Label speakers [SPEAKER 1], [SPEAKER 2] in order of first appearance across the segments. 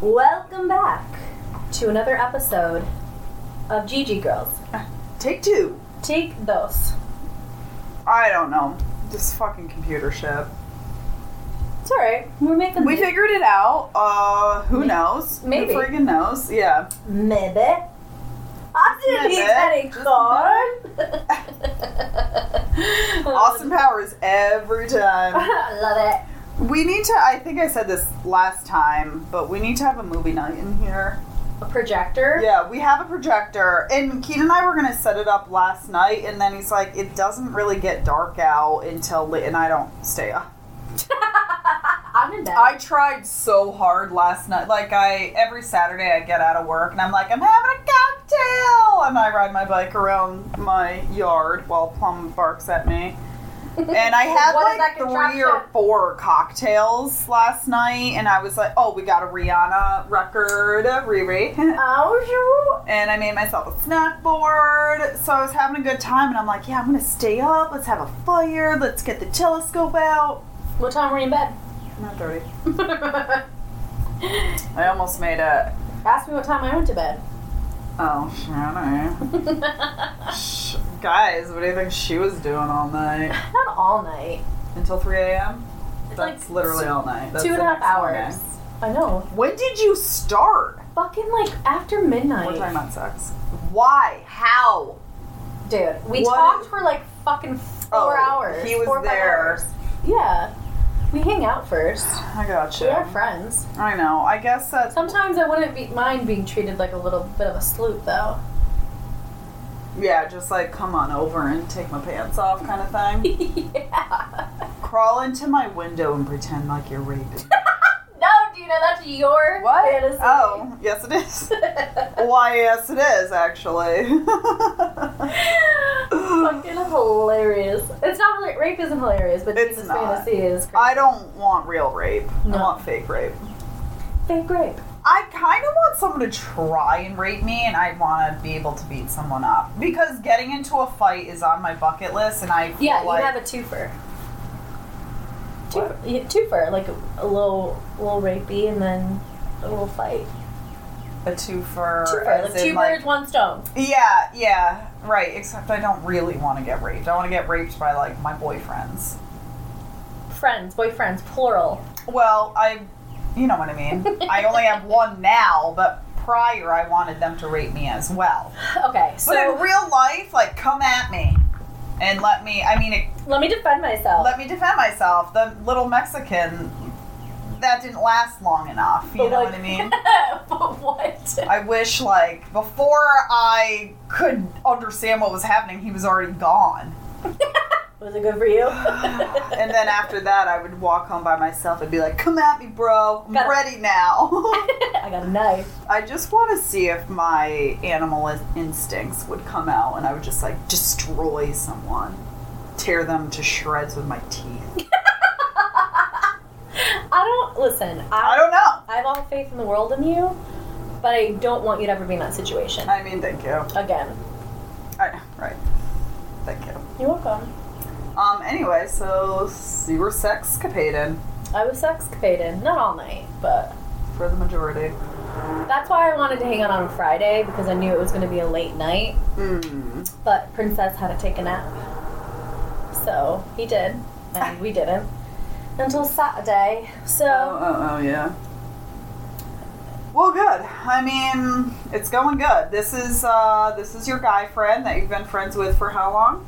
[SPEAKER 1] Welcome back to another episode of GG Girls.
[SPEAKER 2] Take two.
[SPEAKER 1] Take those.
[SPEAKER 2] I don't know. This fucking computer shit.
[SPEAKER 1] It's alright. We're making
[SPEAKER 2] We
[SPEAKER 1] do-
[SPEAKER 2] figured it out. Uh, who knows?
[SPEAKER 1] Maybe.
[SPEAKER 2] Who freaking knows? Yeah.
[SPEAKER 1] Maybe. I didn't need any
[SPEAKER 2] Maybe.
[SPEAKER 1] card.
[SPEAKER 2] Austin Powers every time.
[SPEAKER 1] I love
[SPEAKER 2] We need to, I think I said this last time, but we need to have a movie night in here.
[SPEAKER 1] it. A projector.
[SPEAKER 2] Yeah, we have a projector, and Keaton and I were gonna set it up last night, and then he's like, "It doesn't really get dark out until late," and I don't stay up.
[SPEAKER 1] I'm in bed.
[SPEAKER 2] I tried so hard last night. Like I every Saturday, I get out of work, and I'm like, "I'm having a cocktail," and I ride my bike around my yard while Plum barks at me. And I had
[SPEAKER 1] What is
[SPEAKER 2] like
[SPEAKER 1] that
[SPEAKER 2] three or
[SPEAKER 1] contraption?
[SPEAKER 2] four cocktails last night, and I was like, "Oh, we got a Rihanna record, Riri."
[SPEAKER 1] oh,
[SPEAKER 2] and I made myself a snack board. So I was having a good time, and I'm like, yeah, I'm gonna stay up. Let's have a fire. Let's get the telescope out.
[SPEAKER 1] sure. What time were you in bed?
[SPEAKER 2] Not dirty. I almost made it.
[SPEAKER 1] Ask me what time I went to bed.
[SPEAKER 2] Oh, Shannon.
[SPEAKER 1] eh?
[SPEAKER 2] Sh- Guys, what do you think she was doing all night
[SPEAKER 1] Not all night.
[SPEAKER 2] until 3 a.m.?
[SPEAKER 1] It's
[SPEAKER 2] That's
[SPEAKER 1] like
[SPEAKER 2] literally all night. That's
[SPEAKER 1] two and
[SPEAKER 2] the
[SPEAKER 1] a half
[SPEAKER 2] next
[SPEAKER 1] hours.
[SPEAKER 2] morning.
[SPEAKER 1] I know.
[SPEAKER 2] When did you start?
[SPEAKER 1] Fucking like after
[SPEAKER 2] We're talking
[SPEAKER 1] midnight.
[SPEAKER 2] about sex. Why? How?
[SPEAKER 1] Dude, we
[SPEAKER 2] What
[SPEAKER 1] talked
[SPEAKER 2] is-
[SPEAKER 1] for like fucking
[SPEAKER 2] Oh,
[SPEAKER 1] four hours.
[SPEAKER 2] he was
[SPEAKER 1] four or five
[SPEAKER 2] there.
[SPEAKER 1] hours. Yeah. We hang out first.
[SPEAKER 2] I
[SPEAKER 1] We are
[SPEAKER 2] gotcha.
[SPEAKER 1] friends.
[SPEAKER 2] I know. I guess that's.
[SPEAKER 1] Sometimes I wouldn't be, mind being treated like a little bit of a sloot, though.
[SPEAKER 2] Yeah, just like come on over and take my pants off kind of thing.
[SPEAKER 1] yeah.
[SPEAKER 2] Crawl into my window and pretend like you're raping.
[SPEAKER 1] No, Dina, that's your fantasy.
[SPEAKER 2] Oh, yes it is. Why, yes it is, actually.
[SPEAKER 1] Fucking hilarious. It's not hila- rape isn't hilarious, but
[SPEAKER 2] It's
[SPEAKER 1] Dina's
[SPEAKER 2] not.
[SPEAKER 1] fantasy is crazy.
[SPEAKER 2] I don't want real rape.
[SPEAKER 1] No.
[SPEAKER 2] I want fake rape.
[SPEAKER 1] think rape.
[SPEAKER 2] I kind of want someone to try and rape me, and I want to be able to beat someone up. Because getting into a fight is on my bucket list, and I feel
[SPEAKER 1] Yeah,
[SPEAKER 2] like.
[SPEAKER 1] you have a twofer. Twofer, yeah, twofer, like a, a little, little rapey, and then a little fight.
[SPEAKER 2] a twofer.
[SPEAKER 1] Twofer,
[SPEAKER 2] as
[SPEAKER 1] like two
[SPEAKER 2] in, like-
[SPEAKER 1] birds, one stone.
[SPEAKER 2] Yeah, yeah, right. Except I don't really want to get raped. I want to get raped by, like, my boyfriends.
[SPEAKER 1] Friends, boyfriends, plural.
[SPEAKER 2] Well, I, you know what I mean. I only have one now, but prior I wanted them to rape me as well.
[SPEAKER 1] Okay,
[SPEAKER 2] But
[SPEAKER 1] so
[SPEAKER 2] in real life, like, come at me and let me. I mean, it,
[SPEAKER 1] let me defend myself.
[SPEAKER 2] let me defend myself. The little Mexican, that didn't last long enough. You
[SPEAKER 1] But,
[SPEAKER 2] know
[SPEAKER 1] like-
[SPEAKER 2] what I mean?
[SPEAKER 1] but what?
[SPEAKER 2] I wish, like, before I could understand what was happening, he was already gone.
[SPEAKER 1] Was it good for you?
[SPEAKER 2] And then after that, I would walk home by myself and be like, "Come at me, bro. I'm
[SPEAKER 1] Got it.
[SPEAKER 2] ready now."
[SPEAKER 1] I got a knife.
[SPEAKER 2] I just want to see if my animal in- instincts would come out and I would just like destroy someone, tear them to shreds with my teeth.
[SPEAKER 1] I don't listen.
[SPEAKER 2] I
[SPEAKER 1] I,
[SPEAKER 2] don't know.
[SPEAKER 1] I have all the faith in the world in you, but I don't want you to ever be in that situation
[SPEAKER 2] I mean, thank you.
[SPEAKER 1] again.
[SPEAKER 2] I know, right. Thank you.
[SPEAKER 1] You're welcome.
[SPEAKER 2] Um, anyway, so you were sexcapated
[SPEAKER 1] I was sexcapated, not all night, but
[SPEAKER 2] for the majority.
[SPEAKER 1] that's why I wanted to hang out on Friday because I knew it was going to be a late night.
[SPEAKER 2] Hmm.
[SPEAKER 1] But Princess had to take a nap, so he did, and we didn't until Saturday. So.
[SPEAKER 2] Oh, oh, oh, yeah. Well, good. I mean, it's going good. This is uh, this is your guy friend that you've been friends with for how long?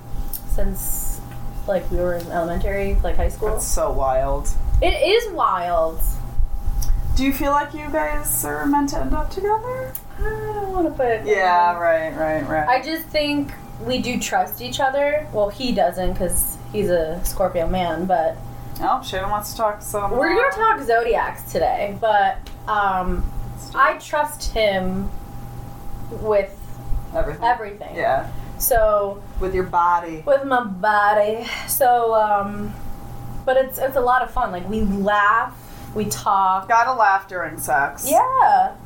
[SPEAKER 1] since like we were in elementary, like high school.
[SPEAKER 2] That's so wild.
[SPEAKER 1] It is wild.
[SPEAKER 2] Do you feel like you guys are meant to end up together?
[SPEAKER 1] I don't want to put. it-
[SPEAKER 2] Yeah, right, right, right.
[SPEAKER 1] I just think we do trust each other. Well, he doesn't because he's a Scorpio man, but
[SPEAKER 2] oh, Shannon wants to talk some.
[SPEAKER 1] we're
[SPEAKER 2] more.
[SPEAKER 1] gonna talk zodiacs today. But um, I trust him with
[SPEAKER 2] everything.
[SPEAKER 1] everything.
[SPEAKER 2] Yeah,
[SPEAKER 1] So
[SPEAKER 2] with your body.
[SPEAKER 1] with my body. So um, but it's it's a lot of fun. Like we laugh, we talk.
[SPEAKER 2] Gotta laugh during sex.
[SPEAKER 1] Yeah.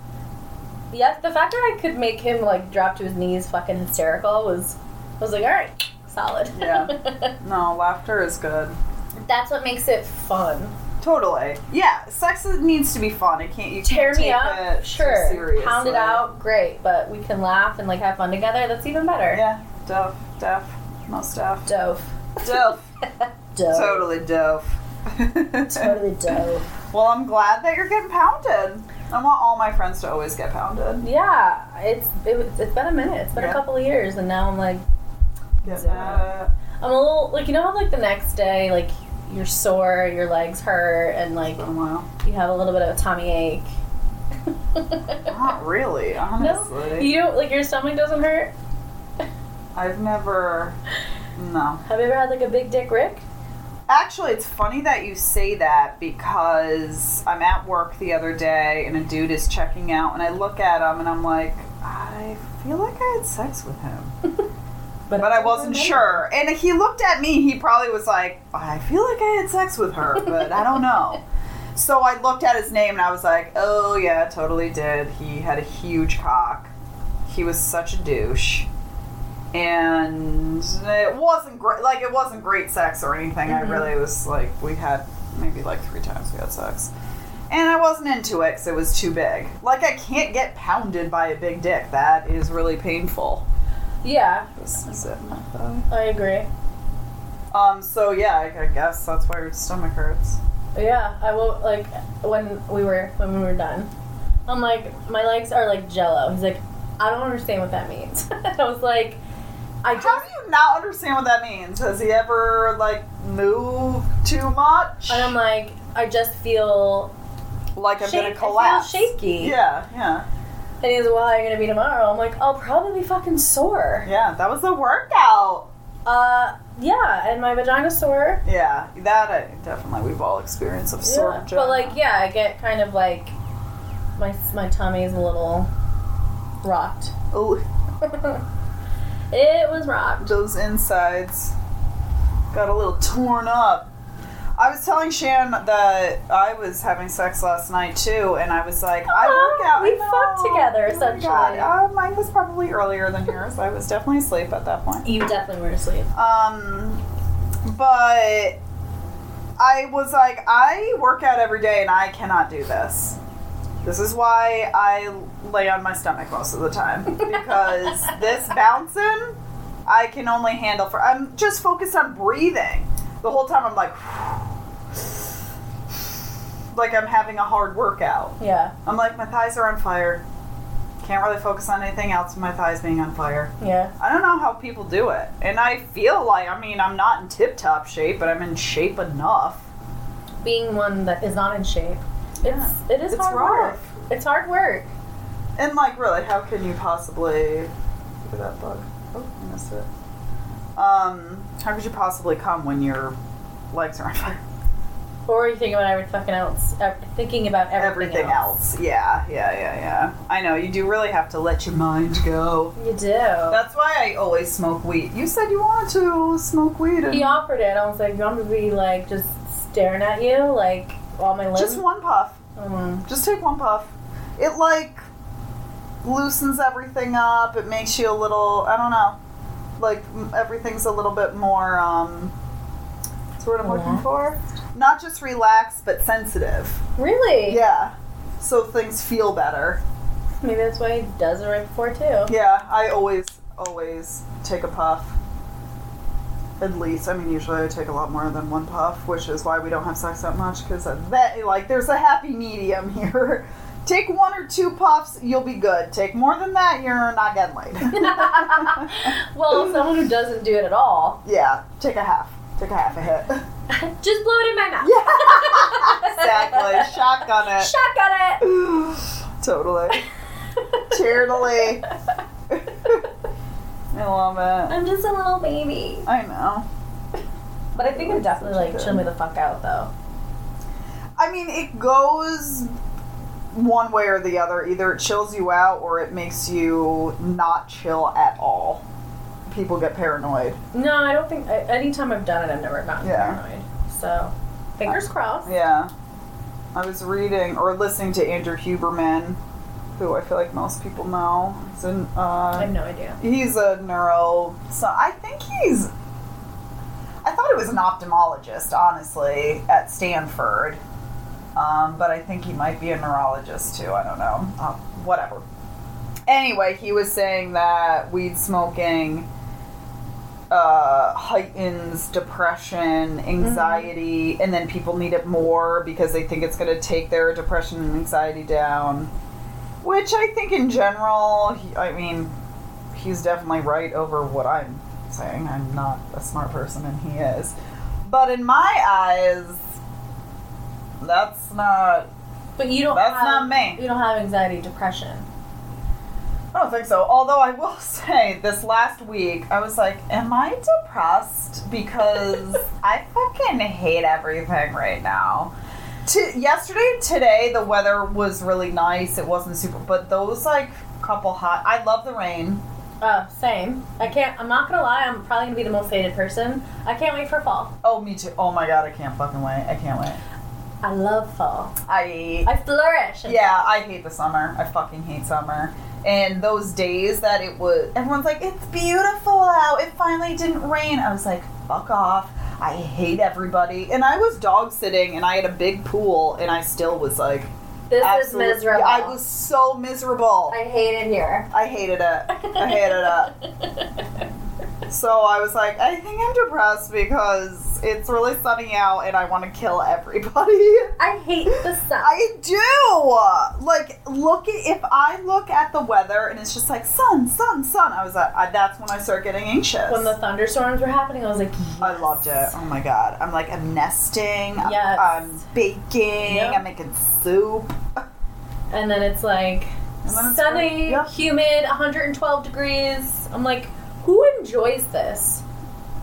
[SPEAKER 1] yeah, the fact that I could make him like drop to his knees, fucking hysterical, was I was like, all right, solid.
[SPEAKER 2] Yeah. No, laughter is good.
[SPEAKER 1] That's what makes it fun.
[SPEAKER 2] Totally. Yeah, sex is- needs to be fun. It can't you
[SPEAKER 1] Tear
[SPEAKER 2] can't
[SPEAKER 1] me
[SPEAKER 2] take
[SPEAKER 1] up,
[SPEAKER 2] it too
[SPEAKER 1] sure.
[SPEAKER 2] seriously.
[SPEAKER 1] Pound it out, great. But we can laugh and like have fun together. That's even better.
[SPEAKER 2] Yeah, dope, deaf, most deaf,
[SPEAKER 1] Dove.
[SPEAKER 2] dope,
[SPEAKER 1] Dove.
[SPEAKER 2] totally dope.
[SPEAKER 1] Totally dove.
[SPEAKER 2] Well, I'm glad that you're getting pounded. I want all my friends to always get pounded.
[SPEAKER 1] Yeah, it's it, was- it's been a minute. It's been
[SPEAKER 2] Yeah.
[SPEAKER 1] a couple of years, and now I'm like
[SPEAKER 2] Get
[SPEAKER 1] Yeah.
[SPEAKER 2] that.
[SPEAKER 1] I'm a little like you know how like the next day like you're sore, your legs hurt, and like
[SPEAKER 2] It's been a while.
[SPEAKER 1] you have a little bit of a tummy ache.
[SPEAKER 2] Not really, honestly.
[SPEAKER 1] you don't like your stomach doesn't hurt.
[SPEAKER 2] I've never. No.
[SPEAKER 1] Have you ever had like a big dick Rick?
[SPEAKER 2] Actually, it's funny that you say that because I'm at work the other day and a dude is checking out, and I look at him and I'm like, I feel like I had sex with him. But I
[SPEAKER 1] don't
[SPEAKER 2] wasn't
[SPEAKER 1] remember.
[SPEAKER 2] sure. And he looked at me, he probably was like, I feel like I had sex with her, but I don't know. So I looked at his name and I was like, oh yeah, totally did. He had a huge cock. He was such a douche. And it wasn't great. Like, it wasn't great sex or anything.
[SPEAKER 1] Mhm.
[SPEAKER 2] I really was like, we had maybe like three times we had sex. And I wasn't into it because it was too big. Like, I can't get pounded by a big dick. That is really painful.
[SPEAKER 1] Yeah,
[SPEAKER 2] This is it, my thigh.
[SPEAKER 1] I agree.
[SPEAKER 2] Um, so yeah, I, I guess that's why your stomach hurts.
[SPEAKER 1] Yeah, I will. Like when we were when we were done, I'm like my legs are like jello. He's like, I don't understand what that means. I was like, I
[SPEAKER 2] How
[SPEAKER 1] just.
[SPEAKER 2] do you not understand what that means? Has he ever like moved too much?
[SPEAKER 1] And I'm like, I just feel
[SPEAKER 2] like I'm
[SPEAKER 1] Um, shake- I
[SPEAKER 2] gonna
[SPEAKER 1] feel
[SPEAKER 2] collapse.
[SPEAKER 1] shaky.
[SPEAKER 2] Yeah, yeah,
[SPEAKER 1] And he's like, well, how are you gonna be tomorrow? I'm like, I'll probably be fucking sore.
[SPEAKER 2] yeah. That was the workout.
[SPEAKER 1] Uh, yeah, and my vagina's sore.
[SPEAKER 2] Yeah, that I, definitely we've all experienced of sore
[SPEAKER 1] Yeah.
[SPEAKER 2] vagina.
[SPEAKER 1] But like, yeah, I get kind of like my my tummy's a little rocked.
[SPEAKER 2] Ooh,
[SPEAKER 1] it was rocked.
[SPEAKER 2] those insides got a little torn up. I was telling Shan that I was having sex last night too, and I was like, I
[SPEAKER 1] Aw,
[SPEAKER 2] work out.
[SPEAKER 1] Uh-huh. we
[SPEAKER 2] I know.
[SPEAKER 1] fucked together,
[SPEAKER 2] Oh my God.
[SPEAKER 1] essentially.
[SPEAKER 2] Uh, mine was probably earlier than yours. I was definitely asleep at that point.
[SPEAKER 1] You definitely were asleep.
[SPEAKER 2] Um, but I was like, I work out every day, and I cannot do this. This is why I lay on my stomach most of the time because this bouncing, I can only handle for. I'm just focused on breathing the whole time. I'm like, like I'm having a hard workout.
[SPEAKER 1] Yeah,
[SPEAKER 2] I'm like, my thighs are on fire. Can't really focus on anything else with my thighs being on fire.
[SPEAKER 1] yeah.
[SPEAKER 2] I don't know how people do it. And I feel like, I mean, I'm not in tip top shape, but I'm in shape enough.
[SPEAKER 1] being one that is not in shape. It's it is
[SPEAKER 2] It's
[SPEAKER 1] hard
[SPEAKER 2] rough.
[SPEAKER 1] work. It's hard work.
[SPEAKER 2] And, like, really, how can you possibly. Look at that bug. Oh, I missed it. Um, how could you possibly come when your legs are on fire?
[SPEAKER 1] Or you think about every fucking else, ev- thinking about everything,
[SPEAKER 2] Everything else. Yeah, yeah, yeah, yeah. I know, you do really have to let your mind go.
[SPEAKER 1] You do.
[SPEAKER 2] That's why I always smoke weed. You said you wanted to smoke weed. And
[SPEAKER 1] he offered it. I was like, you want me to be like just staring at you, like all my limbs?
[SPEAKER 2] just one puff.
[SPEAKER 1] Mm.
[SPEAKER 2] Just take one puff. It like loosens everything up. It makes you a little, I don't know, like m- everything's a little bit more, um, what's the word I'm looking for? Not just relaxed, but sensitive.
[SPEAKER 1] Really?
[SPEAKER 2] Yeah. So things feel better.
[SPEAKER 1] Maybe that's why he does it right before too.
[SPEAKER 2] Yeah, I always, always take a puff. At least, I mean, usually I take a lot more than one puff, which is why we don't have sex that much because that, like, there's a happy medium here. take one or two puffs, you'll be good. Take more than that, you're not getting laid.
[SPEAKER 1] well, someone who doesn't do it at all,
[SPEAKER 2] yeah, take a half. Take a half a hit.
[SPEAKER 1] just blow it in my mouth.
[SPEAKER 2] Yeah, exactly. Shotgun it.
[SPEAKER 1] Shotgun it.
[SPEAKER 2] totally. Cheerily. I love it.
[SPEAKER 1] I'm just a little baby.
[SPEAKER 2] I know.
[SPEAKER 1] But I think I'm definitely like chill me the fuck out though.
[SPEAKER 2] I mean, it goes one way or the other. Either it chills you out or it makes you not chill at all. People get paranoid.
[SPEAKER 1] No, I don't think. I, anytime I've done it, I've never gotten
[SPEAKER 2] Yeah. Uh,
[SPEAKER 1] paranoid. So, fingers crossed.
[SPEAKER 2] Yeah. I was reading or listening to Andrew Huberman who I feel like most people know. He's an, uh,
[SPEAKER 1] I have no idea.
[SPEAKER 2] He's a neuro. So I think he's. I thought it was an ophthalmologist, honestly, at Stanford. Um, but I think he might be a neurologist too. I don't know. Um, whatever. Anyway, he was saying that weed smoking uh, heightens depression, anxiety, and then people need it more because they think it's going to take their depression and anxiety down. Which I think, in general, he, I mean, he's definitely right over what I'm saying. I'm not a smart person, and he is. But in my eyes, that's not.
[SPEAKER 1] But you don't.
[SPEAKER 2] That's
[SPEAKER 1] have,
[SPEAKER 2] not me.
[SPEAKER 1] You don't have anxiety, depression.
[SPEAKER 2] I don't think so. Although I will say, this last week, I was like, am I depressed? Because I fucking hate everything right now. To, yesterday and today, the weather was really nice. It wasn't super, but those like couple hot. I love the rain.
[SPEAKER 1] Uh, same. I can't. I'm not gonna lie. I'm probably gonna be the most hated person. I can't wait for fall.
[SPEAKER 2] Oh, me too. Oh my god, I can't fucking wait. I can't wait.
[SPEAKER 1] I love fall.
[SPEAKER 2] I
[SPEAKER 1] I flourish. in
[SPEAKER 2] Yeah, I hate the summer. I fucking hate summer. And those days that it was, everyone's like, it's beautiful out. It finally didn't rain. I was like, fuck off. I hate everybody. And I was dog sitting and I had a big pool and I still was like,
[SPEAKER 1] This
[SPEAKER 2] absolute-
[SPEAKER 1] is miserable.
[SPEAKER 2] I was so miserable.
[SPEAKER 1] I hate it here.
[SPEAKER 2] I hated it. I hated it. So I was like, I think I'm depressed because it's really sunny out and I want to kill everybody.
[SPEAKER 1] I hate the sun.
[SPEAKER 2] I do. Like, look at if I look at the weather and it's just like sun, sun, sun. I was like, I, that's when I start getting anxious.
[SPEAKER 1] when the thunderstorms were happening, I was like,
[SPEAKER 2] I loved it. Oh my god! I'm like, I'm nesting. I'm,
[SPEAKER 1] Yes.
[SPEAKER 2] I'm baking.
[SPEAKER 1] Yep.
[SPEAKER 2] I'm making soup.
[SPEAKER 1] And then it's like
[SPEAKER 2] And then it's
[SPEAKER 1] sunny,
[SPEAKER 2] great. Yeah.
[SPEAKER 1] humid, 112 degrees. I'm like, who enjoys this?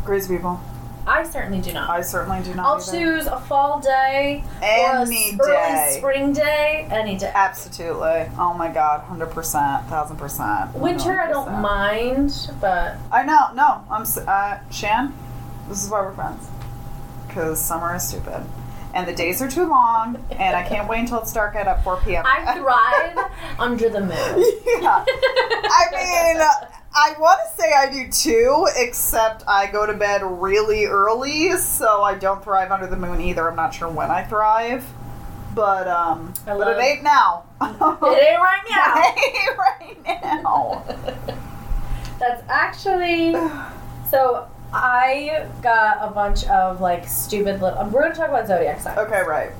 [SPEAKER 2] Grease people.
[SPEAKER 1] I certainly do not.
[SPEAKER 2] I certainly do not.
[SPEAKER 1] I'll
[SPEAKER 2] either.
[SPEAKER 1] choose a fall day
[SPEAKER 2] any
[SPEAKER 1] or a early
[SPEAKER 2] day.
[SPEAKER 1] spring day any day.
[SPEAKER 2] Absolutely. Oh my god. Hundred percent. Thousand percent.
[SPEAKER 1] Winter, I don't mind, but
[SPEAKER 2] I know. No, I'm s- uh, Shan. This is why we're friends. Because summer is stupid, and the days are too long, and I can't wait until it's dark out at uh, 4 p.m.
[SPEAKER 1] I thrive under the moon.
[SPEAKER 2] yeah. I mean, I want to say I do too, except I go to bed really early, so I don't thrive under the moon either. I'm not sure when I thrive, but um,
[SPEAKER 1] I
[SPEAKER 2] but
[SPEAKER 1] love-
[SPEAKER 2] it ain't now.
[SPEAKER 1] it ain't right now.
[SPEAKER 2] It ain't right now.
[SPEAKER 1] That's actually so. I got a bunch of like stupid little. We're gonna talk about zodiac signs.
[SPEAKER 2] okay, right.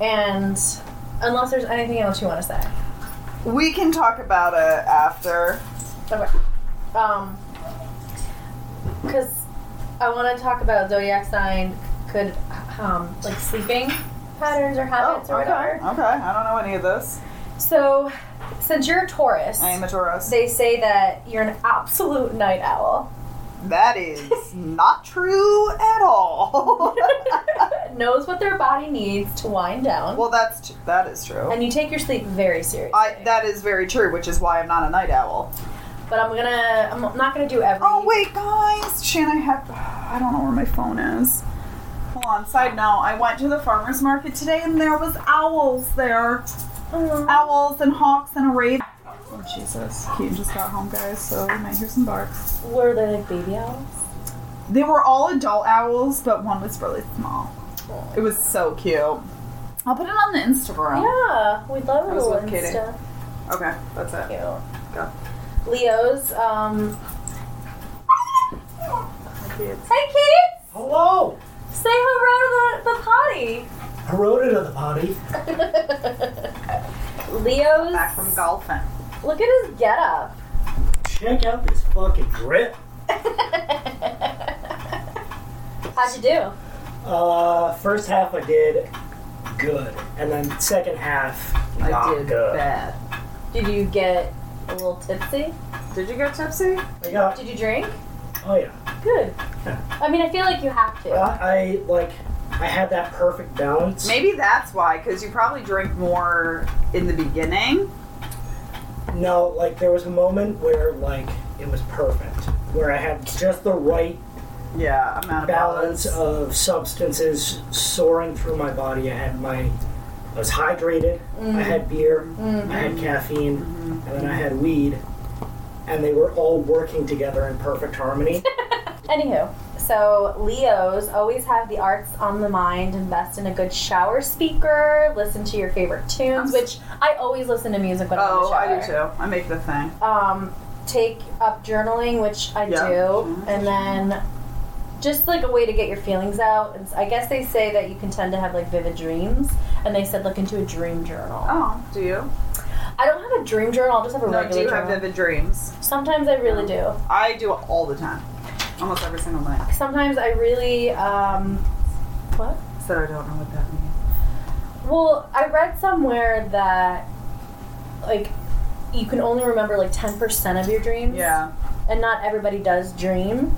[SPEAKER 1] And unless there's anything else you want to say.
[SPEAKER 2] We can talk about it after.
[SPEAKER 1] Okay. Um, because I want to talk about zodiac sign could um like sleeping patterns or habits or
[SPEAKER 2] Oh, okay.
[SPEAKER 1] whatever.
[SPEAKER 2] Okay, I don't know any of this.
[SPEAKER 1] So, since you're a Taurus,
[SPEAKER 2] I am a Taurus.
[SPEAKER 1] they say that you're an absolute night owl.
[SPEAKER 2] that is not true at all.
[SPEAKER 1] knows what their body needs to wind down,
[SPEAKER 2] well, that's t- that is true.
[SPEAKER 1] and you take your sleep very seriously.
[SPEAKER 2] I that is very true, which is why I'm not a night owl.
[SPEAKER 1] but I'm gonna, I'm not gonna do every.
[SPEAKER 2] Oh wait, guys, Shan, I have I don't know where my phone is. Hold on. Side note, I went to the farmers market today, and there was owls there,
[SPEAKER 1] Oh.
[SPEAKER 2] owls and hawks and a raven. Oh Jesus! Keaton just got home, guys, so you might hear some barks.
[SPEAKER 1] Were they like baby owls?
[SPEAKER 2] They were all adult owls, but one was really small. It was so cute. I'll put it on the Instagram.
[SPEAKER 1] Yeah, we love
[SPEAKER 2] I was
[SPEAKER 1] little
[SPEAKER 2] with Katie.
[SPEAKER 1] Insta.
[SPEAKER 2] Okay, that's it.
[SPEAKER 1] Cute.
[SPEAKER 2] Go.
[SPEAKER 1] Leo's. Um, hey, kids!
[SPEAKER 3] Hello!
[SPEAKER 1] Say hello to the, the potty.
[SPEAKER 3] I wrote it on the potty.
[SPEAKER 1] Leo's.
[SPEAKER 2] Back from golfing.
[SPEAKER 1] Look at his get up.
[SPEAKER 3] Check out this fucking grip.
[SPEAKER 1] How'd you do?
[SPEAKER 3] Uh, first half I did good, and then second half not
[SPEAKER 2] I did
[SPEAKER 3] good.
[SPEAKER 2] bad.
[SPEAKER 1] Did you get a little tipsy?
[SPEAKER 2] Did you get tipsy?
[SPEAKER 3] I got
[SPEAKER 1] Did you drink?
[SPEAKER 3] oh yeah.
[SPEAKER 1] Good.
[SPEAKER 3] Uh, Yeah. Uh,
[SPEAKER 1] I mean, I feel like you have to.
[SPEAKER 3] I, I like I had that perfect balance.
[SPEAKER 2] Maybe that's why, because you probably drink more in the beginning.
[SPEAKER 3] No, like there was a moment where like it was perfect, where I had just the right
[SPEAKER 2] Yeah, amount of balance.
[SPEAKER 3] balance of substances soaring through my body. I had my I was hydrated. I had beer. I had caffeine, and then I had weed, and they were all working together in perfect harmony.
[SPEAKER 1] Anywho, so Leos always have the arts on the mind. Invest in a good shower speaker. Listen to your favorite tunes, which I always listen to music when I'm in the
[SPEAKER 2] Oh,
[SPEAKER 1] shower.
[SPEAKER 2] I do too. I make the thing.
[SPEAKER 1] Um, take up journaling, which I
[SPEAKER 2] Yeah. Mm-hmm.
[SPEAKER 1] do, and then just like a way to get your feelings out. And s- I guess they say that you can tend to have like vivid dreams, and they said look into a dream journal.
[SPEAKER 2] Oh, do you?
[SPEAKER 1] I don't have a dream journal. I'll just have a
[SPEAKER 2] No, do
[SPEAKER 1] regular
[SPEAKER 2] you
[SPEAKER 1] journal.
[SPEAKER 2] have vivid dreams?
[SPEAKER 1] Sometimes I really do.
[SPEAKER 2] I do all the time, almost every single night.
[SPEAKER 1] Sometimes I really um, what?
[SPEAKER 2] Said I don't know what that means.
[SPEAKER 1] Well, I read somewhere that like you can only remember like ten percent of your dreams.
[SPEAKER 2] Yeah.
[SPEAKER 1] And not everybody does dream.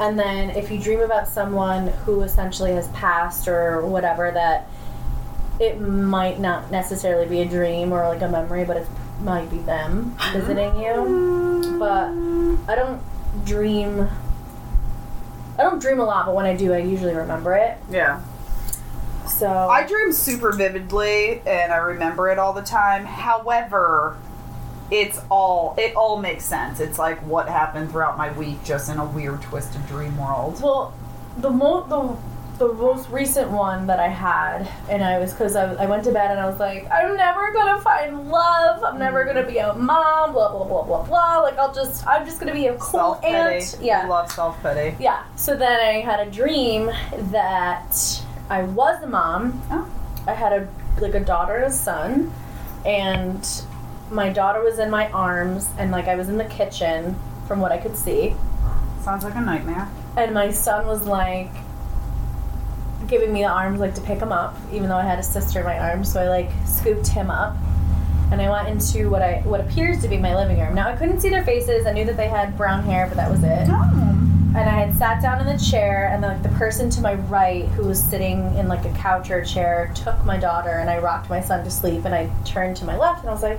[SPEAKER 1] And then if you dream about someone who essentially has passed or whatever that it might not necessarily be a dream or like a memory, but it might be them visiting you. But I don't dream I don't dream a lot, but when I do I usually remember it.
[SPEAKER 2] Yeah.
[SPEAKER 1] So
[SPEAKER 2] I dream super vividly and I remember it all the time. However, it's all it all makes sense. It's like what happened throughout my week just in a weird twisted dream world.
[SPEAKER 1] Well, the mo the the most recent one that I had, and I was because I, I went to bed and I was like, I'm never gonna find love. I'm never gonna be a mom. Blah blah blah blah blah. Like I'll just I'm just gonna be a cool
[SPEAKER 2] Self pity.
[SPEAKER 1] aunt. Yeah,
[SPEAKER 2] Love self pity.
[SPEAKER 1] yeah. So then I had a dream that I was a mom.
[SPEAKER 2] Oh.
[SPEAKER 1] I had a like a daughter and a son, and my daughter was in my arms, and like I was in the kitchen from what I could see
[SPEAKER 2] Sounds like a nightmare.
[SPEAKER 1] and my son was like giving me the arms like to pick him up even though i had a sister in my arms so i like scooped him up and i went into what i what appears to be my living room now i couldn't see their faces i knew that they had brown hair but that was it and
[SPEAKER 2] Oh.
[SPEAKER 1] I had sat down in the chair, and like the person to my right, who was sitting in like a couch or a chair, took my daughter, and I rocked my son to sleep. And I turned to my left, and I was like,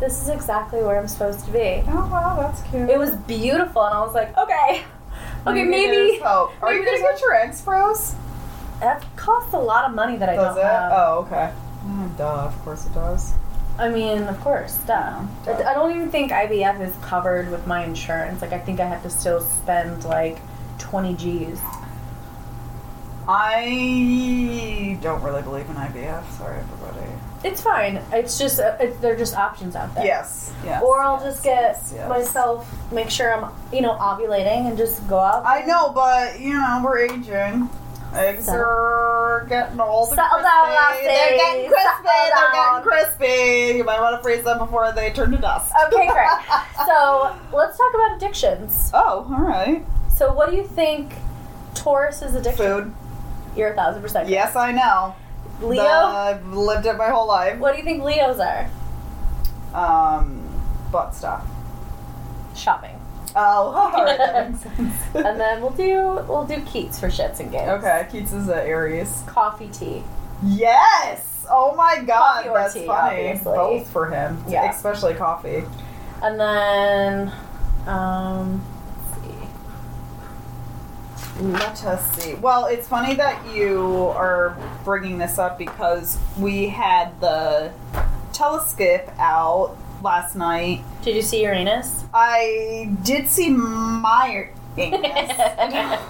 [SPEAKER 1] "This is exactly where I'm supposed to be."
[SPEAKER 2] Oh wow, that's cute.
[SPEAKER 1] It was beautiful, and I was like, "Okay, okay,
[SPEAKER 2] there's
[SPEAKER 1] maybe."
[SPEAKER 2] hope. Oh, Are
[SPEAKER 1] maybe
[SPEAKER 2] you gonna
[SPEAKER 1] there's-
[SPEAKER 2] get your eggs froze?
[SPEAKER 1] That costs a lot of money that I
[SPEAKER 2] Does
[SPEAKER 1] don't
[SPEAKER 2] it?
[SPEAKER 1] have.
[SPEAKER 2] Oh, okay. Mm, duh, of course it does.
[SPEAKER 1] I mean, of course, duh.
[SPEAKER 2] Duh.
[SPEAKER 1] I I don't even think IVF is covered with my insurance. Like, I think I have to still spend like 20 G's.
[SPEAKER 2] I don't really believe in IVF. Sorry, everybody.
[SPEAKER 1] It's fine. It's just, uh, it's, they're just options out there.
[SPEAKER 2] Yes. Yes.
[SPEAKER 1] Or I'll just get
[SPEAKER 2] yes, yes.
[SPEAKER 1] myself, make sure I'm, you know, ovulating and just go out.
[SPEAKER 2] I know, but you know, we're aging. Eggs
[SPEAKER 1] Settle-
[SPEAKER 2] are getting old. and
[SPEAKER 1] Settle
[SPEAKER 2] crispy.
[SPEAKER 1] down, Lassie.
[SPEAKER 2] They're getting
[SPEAKER 1] Settle
[SPEAKER 2] crispy. They're
[SPEAKER 1] down.
[SPEAKER 2] getting crispy. You might want to freeze them before they turn to dust.
[SPEAKER 1] Okay, great. so let's talk about addictions.
[SPEAKER 2] oh, all right.
[SPEAKER 1] So, what do you think Taurus is addiction?
[SPEAKER 2] Food.
[SPEAKER 1] You're a thousand percent.
[SPEAKER 2] Yes, I know.
[SPEAKER 1] Leo?
[SPEAKER 2] I've lived it my whole life.
[SPEAKER 1] What do you think Leos are?
[SPEAKER 2] Um, butt stuff.
[SPEAKER 1] Shopping.
[SPEAKER 2] Oh, all right. That makes sense.
[SPEAKER 1] and then we'll do we'll do Keats for shits and gigs.
[SPEAKER 2] okay, Keats is an Aries.
[SPEAKER 1] Coffee tea.
[SPEAKER 2] Yes. Oh my God,
[SPEAKER 1] Coffee or
[SPEAKER 2] that's
[SPEAKER 1] tea,
[SPEAKER 2] funny.
[SPEAKER 1] obviously.
[SPEAKER 2] Both for him.
[SPEAKER 1] Yeah.
[SPEAKER 2] Especially coffee.
[SPEAKER 1] And then um let's see.
[SPEAKER 2] Let us see. Well, it's funny that you are bringing this up because we had the telescope out last night.
[SPEAKER 1] Did you see Uranus?
[SPEAKER 2] I did see my.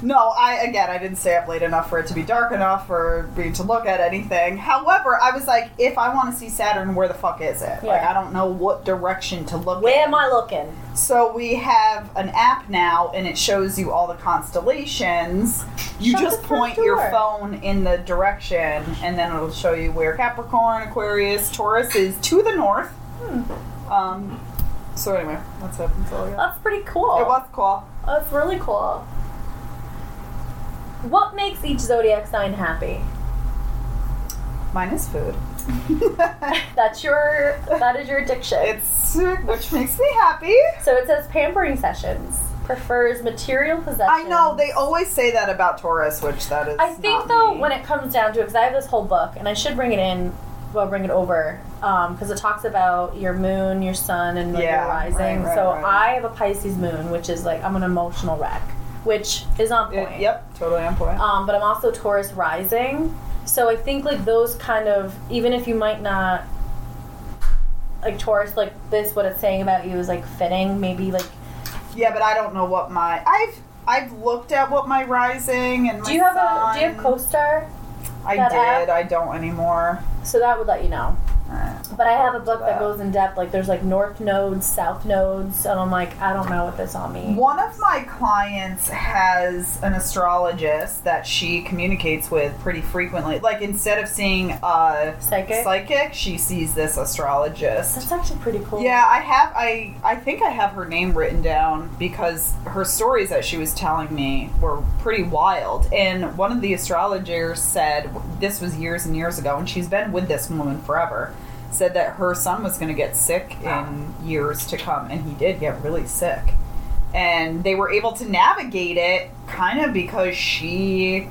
[SPEAKER 2] no, I again, I didn't stay up late enough for it to be dark enough or be to look at anything. However, I was like, if I want to see Saturn, where the fuck is it? Like,
[SPEAKER 1] Yeah.
[SPEAKER 2] I don't know what direction to look.
[SPEAKER 1] Where
[SPEAKER 2] in.
[SPEAKER 1] am I looking?
[SPEAKER 2] So we have an app now, and it shows you all the constellations. You
[SPEAKER 1] Shut
[SPEAKER 2] just
[SPEAKER 1] the front
[SPEAKER 2] point your
[SPEAKER 1] door.
[SPEAKER 2] phone in the direction, and then it'll show you where Capricorn, Aquarius, Taurus is to the north.
[SPEAKER 1] Hmm.
[SPEAKER 2] Um, so anyway, that's it. That's all I got.
[SPEAKER 1] That's pretty cool.
[SPEAKER 2] It was cool.
[SPEAKER 1] That's really cool. What makes each zodiac sign happy?
[SPEAKER 2] Mine is food.
[SPEAKER 1] That's your that is your addiction.
[SPEAKER 2] it's which makes me happy.
[SPEAKER 1] so it says pampering sessions prefers material possessions.
[SPEAKER 2] I know they always say that about Taurus, which that is.
[SPEAKER 1] I think
[SPEAKER 2] not
[SPEAKER 1] though,
[SPEAKER 2] me.
[SPEAKER 1] when it comes down to it, because I have this whole book, and I should bring it in, well, bring it over, because it talks about your moon, your sun, and like,
[SPEAKER 2] Yeah,
[SPEAKER 1] your
[SPEAKER 2] right,
[SPEAKER 1] rising.
[SPEAKER 2] right,
[SPEAKER 1] so
[SPEAKER 2] right.
[SPEAKER 1] I have a Pisces moon, which is like I'm an emotional wreck, which is on
[SPEAKER 2] It-
[SPEAKER 1] point.
[SPEAKER 2] yep, totally on point.
[SPEAKER 1] Um, but I'm also Taurus rising, So I think like those kind of even if you might not like Taurus, like this what it's saying about you is like fitting, maybe like
[SPEAKER 2] Yeah, but I don't know what my I've I've looked at what my rising and my
[SPEAKER 1] do you have
[SPEAKER 2] sun.
[SPEAKER 1] a do you have co-star?
[SPEAKER 2] I
[SPEAKER 1] that
[SPEAKER 2] did. I don't anymore.
[SPEAKER 1] So that would let you know.
[SPEAKER 2] Uh,
[SPEAKER 1] But I have a book that
[SPEAKER 2] Wow.
[SPEAKER 1] goes in depth, like there's like north nodes, south nodes, and I'm like, I don't know what this all means.
[SPEAKER 2] One of my clients has an astrologist that she communicates with pretty frequently. Like instead of seeing a
[SPEAKER 1] Psychic?
[SPEAKER 2] psychic, she sees this astrologist.
[SPEAKER 1] That's actually pretty cool.
[SPEAKER 2] Yeah, I have. I I think I have her name written down because her stories that she was telling me were pretty wild. And one of the astrologers said this was years and years ago, and she's been with this woman forever. Said that her son was going to get sick in years to come, and he did get really sick. And they were able to navigate it kind of because she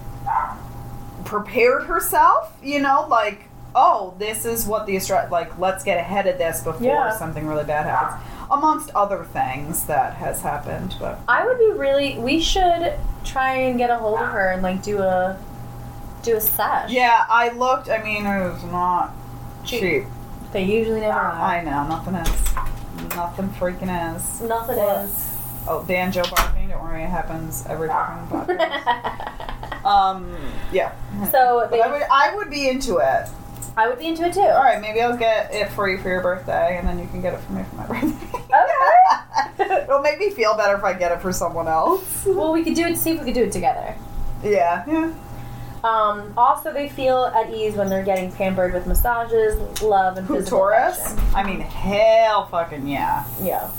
[SPEAKER 2] prepared herself, you know, like, oh, this is what the astro like, let's get ahead of this before
[SPEAKER 1] Yeah.
[SPEAKER 2] something really bad happens. Amongst other things that has happened, but
[SPEAKER 1] I would be really we should try and get a hold of her and like do a do a sesh.
[SPEAKER 2] yeah, I looked. I mean, it was not
[SPEAKER 1] Cheap. Uh-huh.
[SPEAKER 2] cheap.
[SPEAKER 1] They usually never are.
[SPEAKER 2] I know nothing is, nothing freaking is.
[SPEAKER 1] Nothing
[SPEAKER 2] Oh, banjo barking. Don't worry, it happens every fucking podcast.
[SPEAKER 1] is.
[SPEAKER 2] um, yeah.
[SPEAKER 1] so
[SPEAKER 2] But
[SPEAKER 1] they,
[SPEAKER 2] I would, I would be into it.
[SPEAKER 1] I would be into it too.
[SPEAKER 2] All right, maybe I'll get it for you for your birthday, and then you can get it for me for my birthday.
[SPEAKER 1] Okay.
[SPEAKER 2] It'll make me feel better if I get it for someone else.
[SPEAKER 1] Well, we could do it. See if we could do it together.
[SPEAKER 2] Yeah, yeah.
[SPEAKER 1] Um, also, they feel at ease when they're getting pampered with massages, love, and
[SPEAKER 2] Who
[SPEAKER 1] physical
[SPEAKER 2] Taurus?
[SPEAKER 1] affection.
[SPEAKER 2] I mean, hell, fucking yeah.
[SPEAKER 1] Yeah.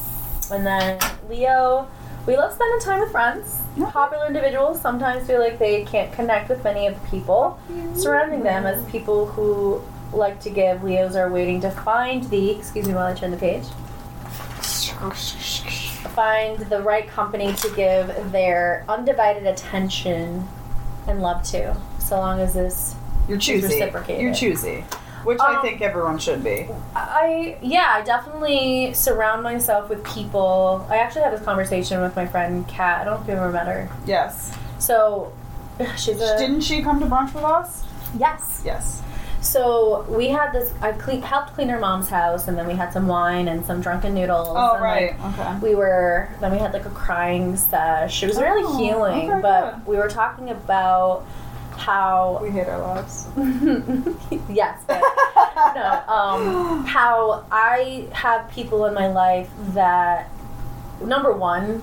[SPEAKER 1] And then Leo, we love spending time with friends.
[SPEAKER 2] Okay.
[SPEAKER 1] Popular individuals sometimes feel like they can't connect with many of the people surrounding them as people who like to give. Leos are waiting to find the. Excuse me while I turn the page. find the right company to give their undivided attention and love to, so long as this.
[SPEAKER 2] You're
[SPEAKER 1] It's
[SPEAKER 2] choosy.
[SPEAKER 1] reciprocated.
[SPEAKER 2] You're choosy, which I
[SPEAKER 1] Um,
[SPEAKER 2] think everyone should be.
[SPEAKER 1] I yeah, I definitely surround myself with people. I actually had this conversation with my friend Kat. I don't know if you ever met her.
[SPEAKER 2] Yes.
[SPEAKER 1] So she's a
[SPEAKER 2] Didn't she come to brunch with us?
[SPEAKER 1] yes.
[SPEAKER 2] Yes.
[SPEAKER 1] So we had this. I cle- helped clean her mom's house, and then we had some wine and some drunken noodles.
[SPEAKER 2] Oh
[SPEAKER 1] and, like,
[SPEAKER 2] right. Okay.
[SPEAKER 1] we were then we had like a crying sesh. It was really
[SPEAKER 2] Oh,
[SPEAKER 1] healing,
[SPEAKER 2] okay,
[SPEAKER 1] but
[SPEAKER 2] good.
[SPEAKER 1] we were talking about how
[SPEAKER 2] We hate our lives.
[SPEAKER 1] yes, but no, um, how I have people in my life that number one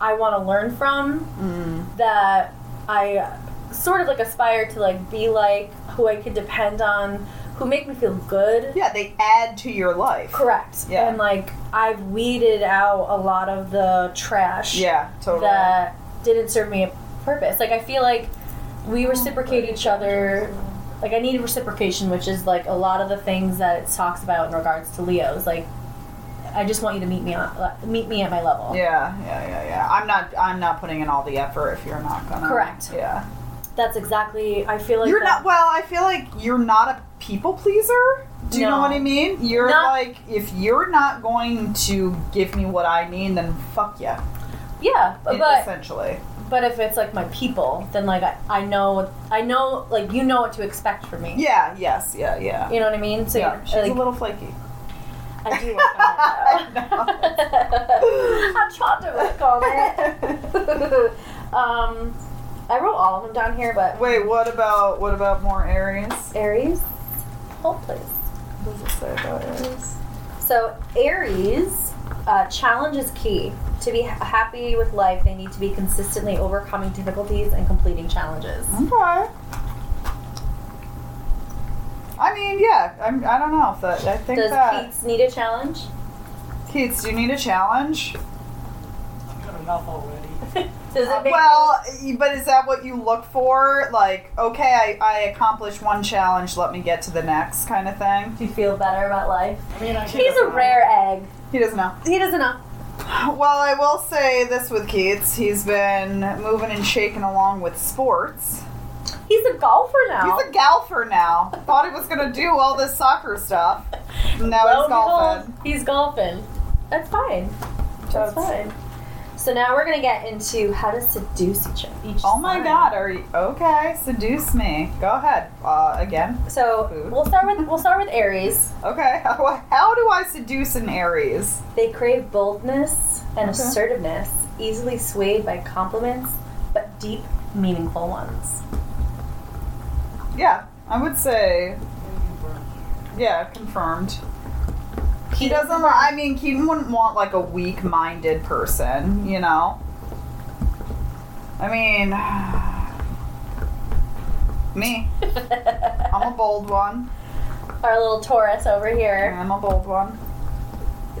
[SPEAKER 1] I want to learn from
[SPEAKER 2] Mm.
[SPEAKER 1] that I sort of like aspire to like be like who I could depend on, who make me feel good.
[SPEAKER 2] Yeah, they add to your life.
[SPEAKER 1] Correct.
[SPEAKER 2] Yeah.
[SPEAKER 1] And like I've weeded out a lot of the trash
[SPEAKER 2] Yeah, totally.
[SPEAKER 1] that didn't serve me a purpose. Like I feel like we reciprocate each other. Like I need reciprocation, which is like a lot of the things that it talks about in regards to Leo's. Like I just want you to meet me on, meet me at my level.
[SPEAKER 2] Yeah, yeah, yeah, yeah. I'm not. I'm not putting in all the effort if you're not gonna.
[SPEAKER 1] Correct.
[SPEAKER 2] Yeah.
[SPEAKER 1] That's exactly. I feel like
[SPEAKER 2] you're
[SPEAKER 1] that-
[SPEAKER 2] not. Well, I feel like you're not a people pleaser. Do you
[SPEAKER 1] No.
[SPEAKER 2] know what I mean? You're
[SPEAKER 1] Not-
[SPEAKER 2] like, if you're not going to give me what I need, then fuck you.
[SPEAKER 1] Yeah, but but,
[SPEAKER 2] essentially.
[SPEAKER 1] but if it's like my people, then like I, I know I know like you know what to expect from me.
[SPEAKER 2] Yeah. Yes. Yeah. Yeah.
[SPEAKER 1] You know what I mean? So
[SPEAKER 2] yeah. She's
[SPEAKER 1] like,
[SPEAKER 2] a little flaky.
[SPEAKER 1] I do work on it.
[SPEAKER 2] I
[SPEAKER 1] though. I tried to work on it. um, I wrote all of them down here, but
[SPEAKER 2] Wait. What about what about more Aries?
[SPEAKER 1] Aries, hold please.
[SPEAKER 2] What does it say about Aries?
[SPEAKER 1] So Aries, uh, challenge is key. To be ha- happy with life, they need to be consistently overcoming difficulties and completing challenges.
[SPEAKER 2] Okay. I mean, yeah. I'm, I don't know if that. I think
[SPEAKER 1] Does
[SPEAKER 2] that.
[SPEAKER 1] Keats need a challenge?
[SPEAKER 2] Keats, do you need a challenge?
[SPEAKER 3] I've got enough already.
[SPEAKER 1] Does it make
[SPEAKER 2] Uh, well, y- but is that what you look for? Like, okay, I, I accomplished one challenge, let me get to the next kind of thing?
[SPEAKER 1] you feel better about life?
[SPEAKER 3] I mean, I could
[SPEAKER 1] He's a
[SPEAKER 3] have-
[SPEAKER 1] rare egg.
[SPEAKER 2] He doesn't know.
[SPEAKER 1] He doesn't know.
[SPEAKER 2] Well, I will say this with Keats. He's been moving and shaking along with sports.
[SPEAKER 1] He's a golfer now.
[SPEAKER 2] He's a golfer now. Thought he was going to do all this soccer stuff.
[SPEAKER 1] Lo
[SPEAKER 2] Now he's
[SPEAKER 1] and
[SPEAKER 2] golfing.
[SPEAKER 1] behold, He's golfing. That's fine. That's,
[SPEAKER 2] That's-
[SPEAKER 1] fine. So now we're gonna get into how to seduce each other. Each
[SPEAKER 2] Oh my
[SPEAKER 1] sign.
[SPEAKER 2] god, are you okay? Seduce me. Go ahead. Uh, again.
[SPEAKER 1] So
[SPEAKER 2] Food.
[SPEAKER 1] we'll start with we'll start with Aries.
[SPEAKER 2] Okay. How, how do I seduce an Aries?
[SPEAKER 1] They crave boldness and
[SPEAKER 2] Okay.
[SPEAKER 1] assertiveness, easily swayed by compliments, but deep, meaningful ones.
[SPEAKER 2] Yeah, I would say. Yeah, confirmed. He doesn't. li- I mean, Keaton wouldn't want like a weak-minded person, you know. I mean, me. I'm a bold one.
[SPEAKER 1] Our little Taurus over here.
[SPEAKER 2] I'm a bold one.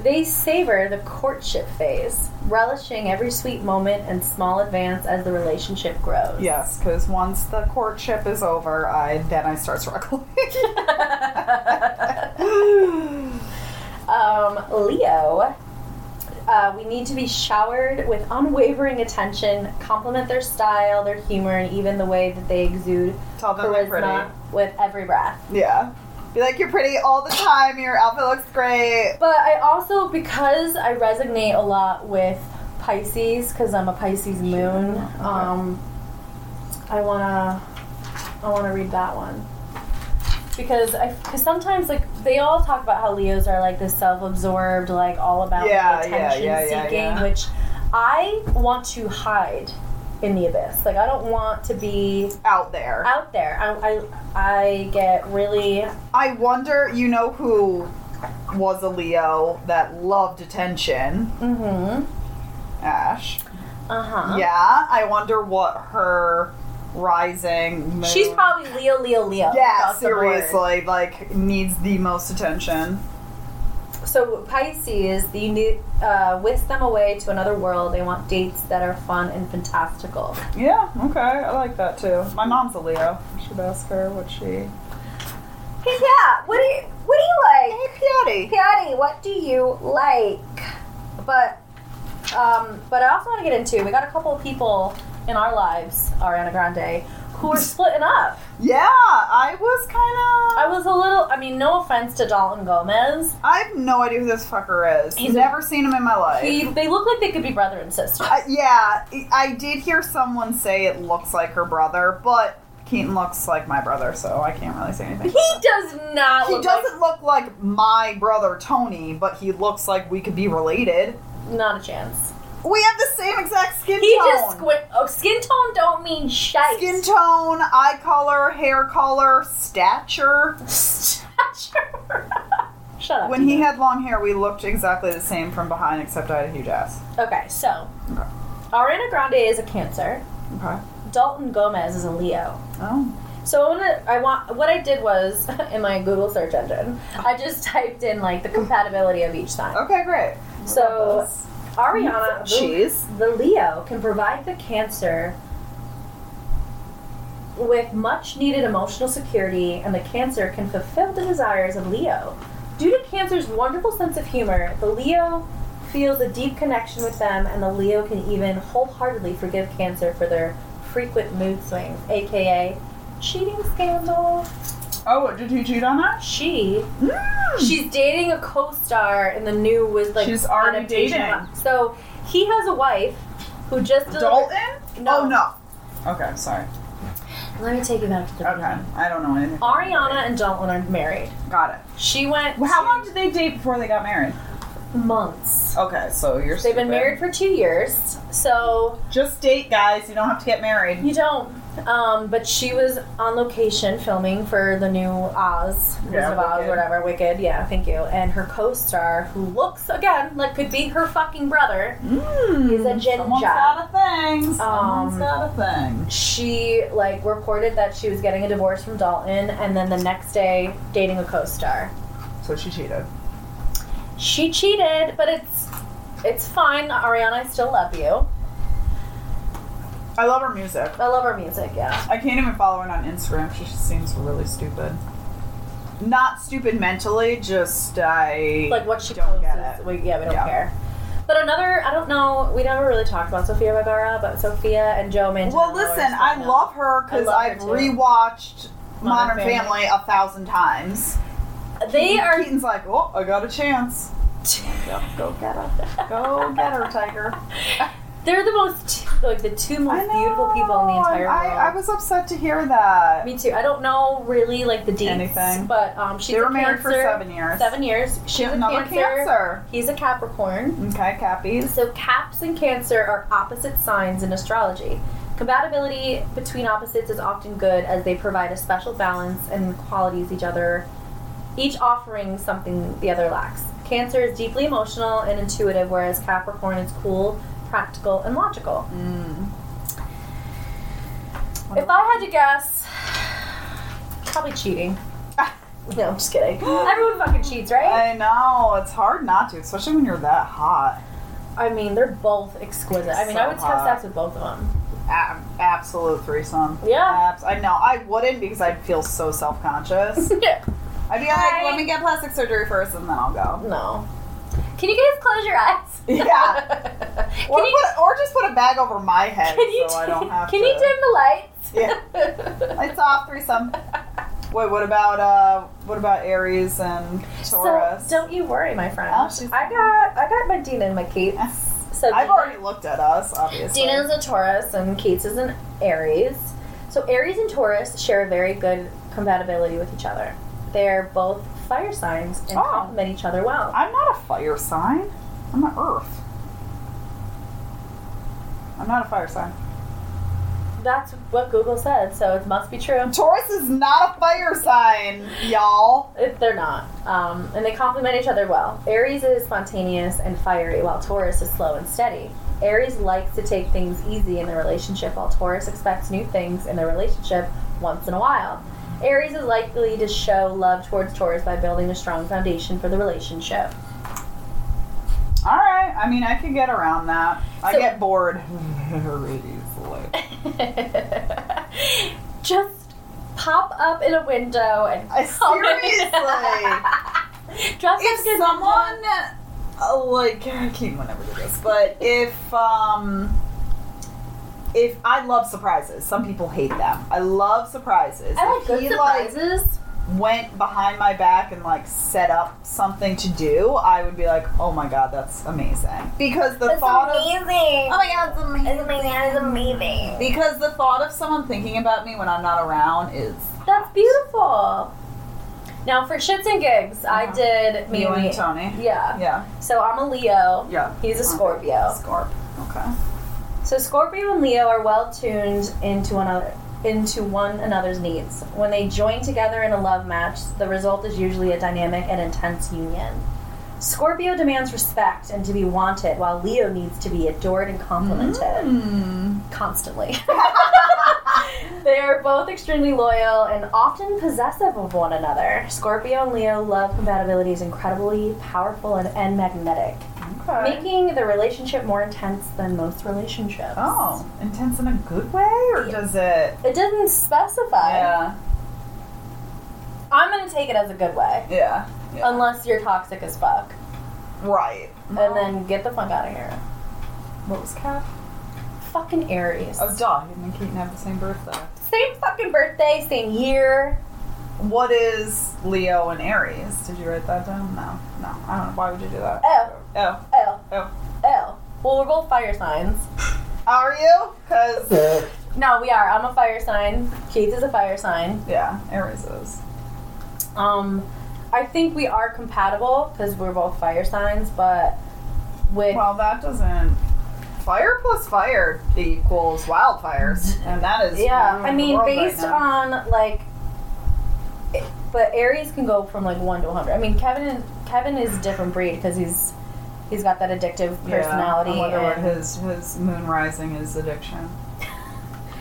[SPEAKER 1] They savor the courtship phase, relishing every sweet moment and small advance as the relationship grows.
[SPEAKER 2] Yes, because once the courtship is over, I then I start struggling.
[SPEAKER 1] um, Leo, uh, we need to be showered with unwavering attention, compliment their style, their humor, and even the way that they exude
[SPEAKER 2] Tell them they're
[SPEAKER 1] charisma
[SPEAKER 2] pretty.
[SPEAKER 1] with every breath.
[SPEAKER 2] Yeah. Be like, you're pretty all the time. Your outfit looks great.
[SPEAKER 1] But I also, because I resonate a lot with Pisces, because I'm a Pisces moon, um, I wanna, I wanna read that one because I, because sometimes like they all talk about how Leos are like this self-absorbed, like all about like,
[SPEAKER 2] Yeah, yeah,
[SPEAKER 1] attention
[SPEAKER 2] yeah, yeah,
[SPEAKER 1] seeking,
[SPEAKER 2] yeah.
[SPEAKER 1] which I want to hide in the abyss. Like I don't want to be
[SPEAKER 2] Out there.
[SPEAKER 1] out there. I, I, I get really
[SPEAKER 2] I wonder, you know who was a Leo that loved attention?
[SPEAKER 1] mm-hmm,
[SPEAKER 2] Ash.
[SPEAKER 1] uh huh.
[SPEAKER 2] Yeah. I wonder what her rising. Moon,
[SPEAKER 1] She's probably Leo, Leo, Leo.
[SPEAKER 2] Yeah,
[SPEAKER 1] across the board.
[SPEAKER 2] seriously. Like, needs the most attention.
[SPEAKER 1] So Pisces, you need uh, whisk them away to another world. They want dates that are fun and fantastical.
[SPEAKER 2] Yeah, okay. I like that too. My mom's a Leo. I should ask her what she.
[SPEAKER 1] Hey, yeah. What do you What do you like,
[SPEAKER 2] Hey, Piatti!
[SPEAKER 1] Patty? What do you like? But um, but I also want to get into. We got a couple of people in our lives, Ariana Grande, who are splitting up.
[SPEAKER 2] Yeah, I was
[SPEAKER 1] I
[SPEAKER 2] kind of.
[SPEAKER 1] was a little. I mean, no offense to Dalton Gomez.
[SPEAKER 2] I have no idea who this fucker is.
[SPEAKER 1] He's a-
[SPEAKER 2] Never seen him in my life.
[SPEAKER 1] He, they look like they could be brother and sister.
[SPEAKER 2] Uh, yeah, I- I did hear someone say it looks like her brother, but Keaton looks like my brother, so I can't really say anything.
[SPEAKER 1] He does not.
[SPEAKER 2] He
[SPEAKER 1] look like-
[SPEAKER 2] doesn't look like my brother Tony, but he looks like we could be related.
[SPEAKER 1] not a chance.
[SPEAKER 2] We have the same exact skin
[SPEAKER 1] He
[SPEAKER 2] tone.
[SPEAKER 1] just squint. Oh, skin tone don't mean shite.
[SPEAKER 2] skin tone, eye color, hair color, stature.
[SPEAKER 1] Stature. Shut up.
[SPEAKER 2] When he
[SPEAKER 1] Tina.
[SPEAKER 2] had long hair, we looked exactly the same from behind, except I had a huge ass.
[SPEAKER 1] okay, so
[SPEAKER 2] Okay.
[SPEAKER 1] Ariana Grande is a Cancer.
[SPEAKER 2] Okay.
[SPEAKER 1] Dalton Gomez is a Leo.
[SPEAKER 2] Oh.
[SPEAKER 1] So I, wanna, I want what I did was in my Google search engine, I just typed in like the compatibility of each sign.
[SPEAKER 2] Okay, great.
[SPEAKER 1] So Ariana, the,
[SPEAKER 2] cheese.
[SPEAKER 1] the Leo, can provide the Cancer with much needed emotional security, and the Cancer can fulfill the desires of Leo. Due to Cancer's wonderful sense of humor, the Leo feels a deep connection with them, and the Leo can even wholeheartedly forgive Cancer for their frequent mood swings, aka cheating scandal.
[SPEAKER 2] Oh, did he cheat on that?
[SPEAKER 1] She
[SPEAKER 2] Mm.
[SPEAKER 1] she's dating a co-star in the new was like
[SPEAKER 2] She's already
[SPEAKER 1] adaptation.
[SPEAKER 2] dating.
[SPEAKER 1] So he has a wife who just delivered-
[SPEAKER 2] Dalton?
[SPEAKER 1] No.
[SPEAKER 2] Oh, no. Okay, sorry.
[SPEAKER 1] Let me take you back to the
[SPEAKER 2] Okay, I don't know anything.
[SPEAKER 1] Ariana and Dalton are married.
[SPEAKER 2] Got it.
[SPEAKER 1] She went
[SPEAKER 2] Well, How
[SPEAKER 1] to-
[SPEAKER 2] long did they date before they got married?
[SPEAKER 1] months.
[SPEAKER 2] Okay, so you're.
[SPEAKER 1] They've been
[SPEAKER 2] stupid.
[SPEAKER 1] married for two years, so
[SPEAKER 2] Just date, guys. You don't have to get married.
[SPEAKER 1] You don't. Um, but she was on location filming for the new Oz,
[SPEAKER 2] Yeah,
[SPEAKER 1] Wizard of Oz,
[SPEAKER 2] Wicked.
[SPEAKER 1] whatever, Wicked. Yeah, thank you. And her co-star, who looks again like could be her fucking brother,
[SPEAKER 2] Mm.
[SPEAKER 1] He's a ginger.
[SPEAKER 2] Someone's got a thing. Someone's
[SPEAKER 1] Um,
[SPEAKER 2] got a thing.
[SPEAKER 1] she like reported that she was getting a divorce from Dalton, and then the next day dating a co-star.
[SPEAKER 2] So she cheated.
[SPEAKER 1] She cheated, but it's it's fine. Ariana, I still love you.
[SPEAKER 2] I love her music.
[SPEAKER 1] I love her music. Yeah.
[SPEAKER 2] I can't even follow her on Instagram. She just seems really stupid. Not stupid mentally, just I
[SPEAKER 1] like what she
[SPEAKER 2] don't
[SPEAKER 1] posts.
[SPEAKER 2] get
[SPEAKER 1] is-
[SPEAKER 2] it.
[SPEAKER 1] We, yeah, we don't
[SPEAKER 2] Yeah.
[SPEAKER 1] care. But another, I don't know. We never really talked about Sofia Vergara, but Sophia and Joe Manganiello.
[SPEAKER 2] Well,
[SPEAKER 1] are
[SPEAKER 2] listen,
[SPEAKER 1] still
[SPEAKER 2] I
[SPEAKER 1] now.
[SPEAKER 2] love her because
[SPEAKER 1] I love her
[SPEAKER 2] I've
[SPEAKER 1] too.
[SPEAKER 2] rewatched
[SPEAKER 1] Modern
[SPEAKER 2] Modern, Family. a thousand times.
[SPEAKER 1] They
[SPEAKER 2] Keaton-
[SPEAKER 1] are.
[SPEAKER 2] Keaton's like, oh, I got a chance. Go get her, go get her, Tiger.
[SPEAKER 1] They're the most like the two most beautiful people in the entire
[SPEAKER 2] I,
[SPEAKER 1] world.
[SPEAKER 2] I was upset to hear that.
[SPEAKER 1] Me too. I don't know really like the deets,
[SPEAKER 2] Anything.
[SPEAKER 1] but um, she's
[SPEAKER 2] they were
[SPEAKER 1] a
[SPEAKER 2] married
[SPEAKER 1] cancer.
[SPEAKER 2] for seven years.
[SPEAKER 1] Seven years. She's a
[SPEAKER 2] Another
[SPEAKER 1] cancer. He's a Capricorn.
[SPEAKER 2] Okay, Cappies.
[SPEAKER 1] So Caps and Cancer are opposite signs in astrology. Compatibility between opposites is often good as they provide a special balance and qualities each other, each offering something the other lacks. Cancer is deeply emotional and intuitive, whereas Capricorn is cool, practical, and logical.
[SPEAKER 2] Mm.
[SPEAKER 1] If I had to guess, probably cheating. no, I'm just kidding. Everyone fucking cheats, right?
[SPEAKER 2] I know it's hard not to, especially when you're that hot.
[SPEAKER 1] I mean, they're both exquisite. I mean, I
[SPEAKER 2] So
[SPEAKER 1] would have
[SPEAKER 2] hot.
[SPEAKER 1] sex with both of them.
[SPEAKER 2] A- absolute threesome.
[SPEAKER 1] Yeah.
[SPEAKER 2] Abs- I know. I wouldn't because I'd feel so self conscious. I'd be like,
[SPEAKER 1] Hi.
[SPEAKER 2] let me get plastic surgery first, and then I'll go.
[SPEAKER 1] No. Can you guys close your eyes?
[SPEAKER 2] Yeah.
[SPEAKER 1] can
[SPEAKER 2] Or,
[SPEAKER 1] you,
[SPEAKER 2] put, or just put a bag over my head
[SPEAKER 1] can you
[SPEAKER 2] so I
[SPEAKER 1] dim-
[SPEAKER 2] don't have
[SPEAKER 1] Can
[SPEAKER 2] to.
[SPEAKER 1] you dim the lights?
[SPEAKER 2] It's off threesome. Wait, what about uh, what about Aries and Taurus?
[SPEAKER 1] so don't you worry, my friend.
[SPEAKER 2] Oh, she's-
[SPEAKER 1] I got I got my Dina and my Kate. So
[SPEAKER 2] I've
[SPEAKER 1] Dina-
[SPEAKER 2] already looked at us, obviously.
[SPEAKER 1] Dina's a Taurus and Kate's is an Aries. So Aries and Taurus share a very good compatibility with each other. They're both fire signs and
[SPEAKER 2] Oh.
[SPEAKER 1] complement each other well.
[SPEAKER 2] I'm not a fire sign. I'm an earth. I'm not a fire sign.
[SPEAKER 1] That's what Google said, so it must be true.
[SPEAKER 2] Taurus is not a fire sign, y'all.
[SPEAKER 1] If they're not, um, and they complement each other well. Aries is spontaneous and fiery, while Taurus is slow and steady. Aries likes to take things easy in the relationship, while Taurus expects new things in the relationship once in a while. Aries is likely to show love towards Taurus by building a strong foundation for the relationship.
[SPEAKER 2] All right. I mean, I could get around that. I
[SPEAKER 1] So-
[SPEAKER 2] get bored very easily.
[SPEAKER 1] Just pop up in a window and
[SPEAKER 2] I seriously.
[SPEAKER 1] dress up
[SPEAKER 2] if
[SPEAKER 1] good
[SPEAKER 2] someone uh, like I keep whenever do this, but if um if I love surprises, some people hate them. I love surprises.
[SPEAKER 1] I like
[SPEAKER 2] If
[SPEAKER 1] good
[SPEAKER 2] he,
[SPEAKER 1] surprises.
[SPEAKER 2] went behind my back and like set up something to do, I would be like, oh my god, that's amazing. Because the thought of
[SPEAKER 1] amazing.
[SPEAKER 2] oh my god, it's amazing.
[SPEAKER 1] It's amazing.
[SPEAKER 2] Because the thought of someone thinking about me when I'm not around is
[SPEAKER 1] That's beautiful. Now for shits and gigs, I
[SPEAKER 2] Uh-huh.
[SPEAKER 1] did
[SPEAKER 2] you and
[SPEAKER 1] maybe.
[SPEAKER 2] Tony.
[SPEAKER 1] Yeah.
[SPEAKER 2] Yeah,
[SPEAKER 1] So I'm a Leo.
[SPEAKER 2] yeah.
[SPEAKER 1] He's a Scorpio.
[SPEAKER 2] Scorp. Okay.
[SPEAKER 1] So Scorpio and Leo are well tuned into one another into one another's needs. When they join together in a love match, the result is usually a dynamic and intense union. Scorpio demands respect and to be wanted, while Leo needs to be adored and complimented.
[SPEAKER 2] Hmm.
[SPEAKER 1] constantly. they are both extremely loyal and often possessive of one another. Scorpio and Leo love compatibility is incredibly powerful and, and magnetic,
[SPEAKER 2] Okay.
[SPEAKER 1] making the relationship more intense than most relationships.
[SPEAKER 2] Oh, intense in a good way, or
[SPEAKER 1] Yeah.
[SPEAKER 2] does it?
[SPEAKER 1] It doesn't specify.
[SPEAKER 2] Yeah,
[SPEAKER 1] I'm going to take it as a good way.
[SPEAKER 2] yeah, yeah.
[SPEAKER 1] Unless you're toxic as fuck.
[SPEAKER 2] right.
[SPEAKER 1] And then get the fuck out of here.
[SPEAKER 2] what was Cap?
[SPEAKER 1] Fucking Aries.
[SPEAKER 2] Oh, duh. Him and Keaton have the same birthday.
[SPEAKER 1] Same fucking birthday, same year.
[SPEAKER 2] What is Leo and Aries? Did you write that down? No, no. I don't know. Why would you do that?
[SPEAKER 1] Oh.
[SPEAKER 2] Oh,
[SPEAKER 1] Oh.
[SPEAKER 2] Oh.
[SPEAKER 1] Oh. Well, we're both fire signs.
[SPEAKER 2] are you? Because
[SPEAKER 1] No, we are. I'm a fire sign. Keith is a fire sign.
[SPEAKER 2] yeah, Aries is.
[SPEAKER 1] Um, I think we are compatible because we're both fire signs, but with
[SPEAKER 2] Well, that doesn't. Fire plus fire equals wildfires, and that is
[SPEAKER 1] yeah,
[SPEAKER 2] ruining
[SPEAKER 1] I
[SPEAKER 2] the
[SPEAKER 1] mean
[SPEAKER 2] world right
[SPEAKER 1] based
[SPEAKER 2] now.
[SPEAKER 1] on like, it- but Aries can go from like one to hundred. I mean Kevin Kevin is a different breed because he's he's got that addictive personality.
[SPEAKER 2] Yeah, I wonder what
[SPEAKER 1] and-
[SPEAKER 2] his his moon rising is addiction.